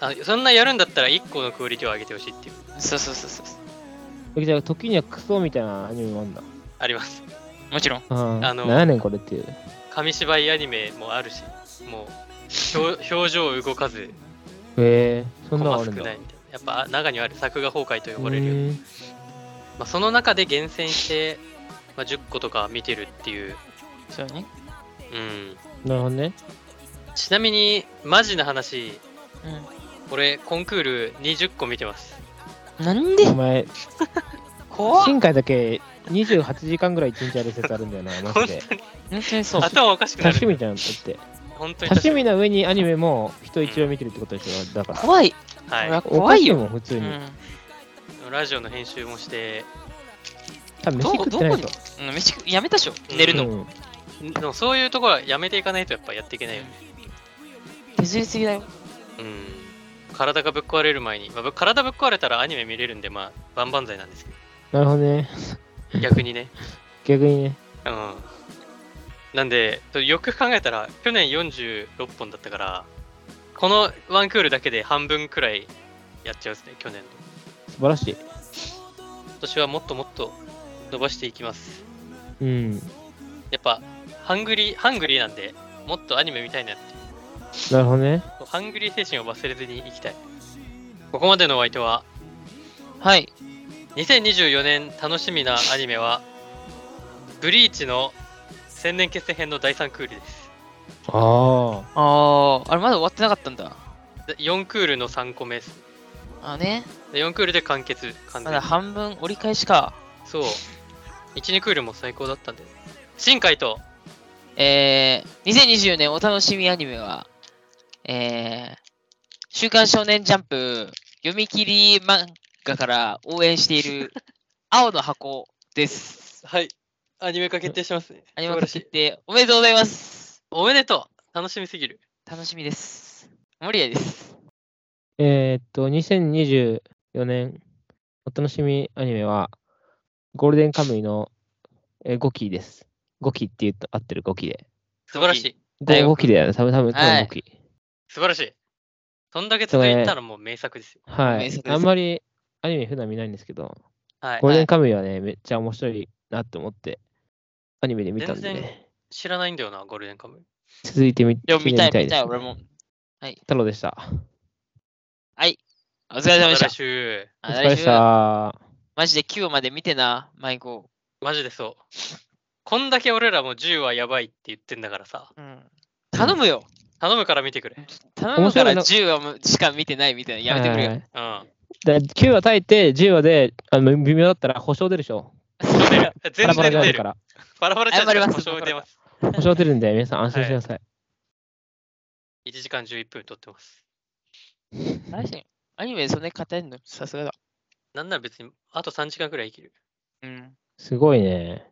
Speaker 2: あそんなやるんだったら1個のクオリティを上げてほしいっていう、
Speaker 1: そうそうそうそう。
Speaker 3: じゃあ時にはクソみたいなアニメもあんだ。
Speaker 2: あります。
Speaker 1: もちろん。
Speaker 3: うん。
Speaker 2: あの
Speaker 3: 何やねんこれっていう。
Speaker 2: 紙芝居アニメもあるし、もう、
Speaker 3: <laughs>
Speaker 2: 表表情を動かず、
Speaker 3: えー、そんな
Speaker 2: コ
Speaker 3: の
Speaker 2: マ
Speaker 3: あ
Speaker 2: 少
Speaker 3: るんだ。
Speaker 2: ないみたいな。やっぱ、中にはある作画崩壊と呼ばれるような
Speaker 3: えー
Speaker 2: まあ、その中で厳選して、まあ、10個とか見てるっていう、
Speaker 1: そうね。
Speaker 2: うん、
Speaker 3: なるほどね。
Speaker 2: ちなみにマジな話
Speaker 1: う
Speaker 2: 俺コンクール20個見てます
Speaker 1: ん。なんで
Speaker 3: お前、
Speaker 1: 怖っ
Speaker 3: 新海だけ28時間ぐらい一日やる説あるんだよな、マ
Speaker 2: 本
Speaker 3: ジで。
Speaker 1: 本当にそう。
Speaker 2: 頭おかしく
Speaker 3: 多
Speaker 2: なる
Speaker 3: 趣味じゃんだって。
Speaker 2: 本当
Speaker 3: 多
Speaker 2: に
Speaker 3: 趣味な上にアニメも人一応見てるってことでしょ、だから。
Speaker 1: 怖い。
Speaker 2: は
Speaker 1: 怖いよ
Speaker 3: おかしもん普通
Speaker 1: う
Speaker 3: に。
Speaker 1: ん。
Speaker 2: いラジオの編集もして
Speaker 3: 多分飯食ってないと。
Speaker 1: うん飯食やめたでしょ寝る
Speaker 2: ど
Speaker 1: の。
Speaker 3: うん
Speaker 2: んでもそういうところはやめていかないとやっぱやっていけないよね、
Speaker 1: 削りすぎだよ。
Speaker 2: うん、体がぶっ壊れる前に、まあぶ体ぶっ壊れたらアニメ見れるんでまあ万々歳なんですけ
Speaker 3: なるほどね。
Speaker 2: ど逆にね
Speaker 3: 逆にね。
Speaker 2: うんなんでよく考えたら去年46本だったからこのワンクールだけで半分くらいやっちゃうですね去年の
Speaker 3: 素晴らしい。
Speaker 2: 今年はもっともっと伸ばしていきます。
Speaker 3: うん。
Speaker 2: やっぱ、ハングリー、ハングリーなんで、もっとアニメ見たいなっていう
Speaker 3: なるほどね。
Speaker 2: ハングリー精神を忘れずにいきたい。ここまでのお相手は、
Speaker 1: はい。
Speaker 2: 2024年楽しみなアニメは、ブリーチの千年決戦編の第3クールです。
Speaker 3: ああ。
Speaker 1: あー、あれまだ終わってなかったんだ。
Speaker 2: で4クールの3個目です。
Speaker 1: あね。で
Speaker 2: で4クールで完結、完
Speaker 1: まだ
Speaker 2: 全
Speaker 1: 半
Speaker 2: に
Speaker 1: 分折り返しか。
Speaker 2: そう。1、2クールも最高だったんで。新海と、
Speaker 1: えー、2020年お楽しみアニメは、えー、週刊少年ジャンプ読み切り漫画から応援してい
Speaker 3: <laughs>
Speaker 1: る青の箱です。
Speaker 2: はい。アニメ化決定しますね。
Speaker 1: アニメ化決定おめでとうございます。
Speaker 2: おめでとう楽しみすぎる。
Speaker 1: 楽しみです。森谷です。
Speaker 3: えーっと、2024年、お楽しみアニメは、ゴールデンカムイの、えー、5期です。5期って言うと合ってる5期で。
Speaker 2: 素晴らしい。
Speaker 1: だいぶ
Speaker 3: 5, 期だよね。多分、多分、多
Speaker 1: はい
Speaker 3: 分5期。
Speaker 2: 素晴らしい。そんだけ続いたらもう名作ですよ。
Speaker 3: は
Speaker 1: 名
Speaker 3: い
Speaker 1: 作。です
Speaker 3: あんまりアニメ普段見ないんですけど、
Speaker 2: はい
Speaker 3: ゴー。ルデンカムイはね、めっちゃ面白いなって思って、アニメで見たんで
Speaker 2: 全然
Speaker 3: ね、
Speaker 2: 知らないんだよな、ゴールデンカムイ。
Speaker 3: 続いてみ
Speaker 1: でも見たい、
Speaker 3: 聞てみ
Speaker 1: 見
Speaker 3: で
Speaker 1: た
Speaker 3: す
Speaker 1: い、
Speaker 3: ね
Speaker 1: 俺も。
Speaker 3: 太郎でした。
Speaker 1: お疲れ様でした
Speaker 2: ま来。週。
Speaker 3: お
Speaker 1: あ
Speaker 3: 疲れで
Speaker 1: 来
Speaker 3: し
Speaker 1: 週
Speaker 3: た。
Speaker 1: マジで9話まで見てな、迷子。
Speaker 2: マジでそう。こんだけ俺らも10はやばいって言ってんだからさ。
Speaker 1: うん、頼むよ。
Speaker 2: 頼むから見てくれ。
Speaker 1: 頼むから
Speaker 3: 面
Speaker 1: 10話もしか見てないみたいな。やめてくれよ。
Speaker 2: うん。
Speaker 3: れよ。9話耐えて、10話であの微妙だったら保証出るでしょ。
Speaker 2: 出
Speaker 1: <laughs>
Speaker 2: る全
Speaker 3: パラパ
Speaker 2: 然
Speaker 3: ラであ
Speaker 2: 出
Speaker 3: る
Speaker 2: る
Speaker 3: か。ら。
Speaker 2: パラパラちゃん
Speaker 1: 謝ります
Speaker 2: 保証出ます。
Speaker 3: 保証出るんで、皆さん安心してください。
Speaker 2: 1時間11分撮ってます。
Speaker 1: 確かにアニメでそんなに語れんのさすがだ。
Speaker 2: なんなら別にあと3時間くらい生きる。
Speaker 1: うん。
Speaker 3: すごいね。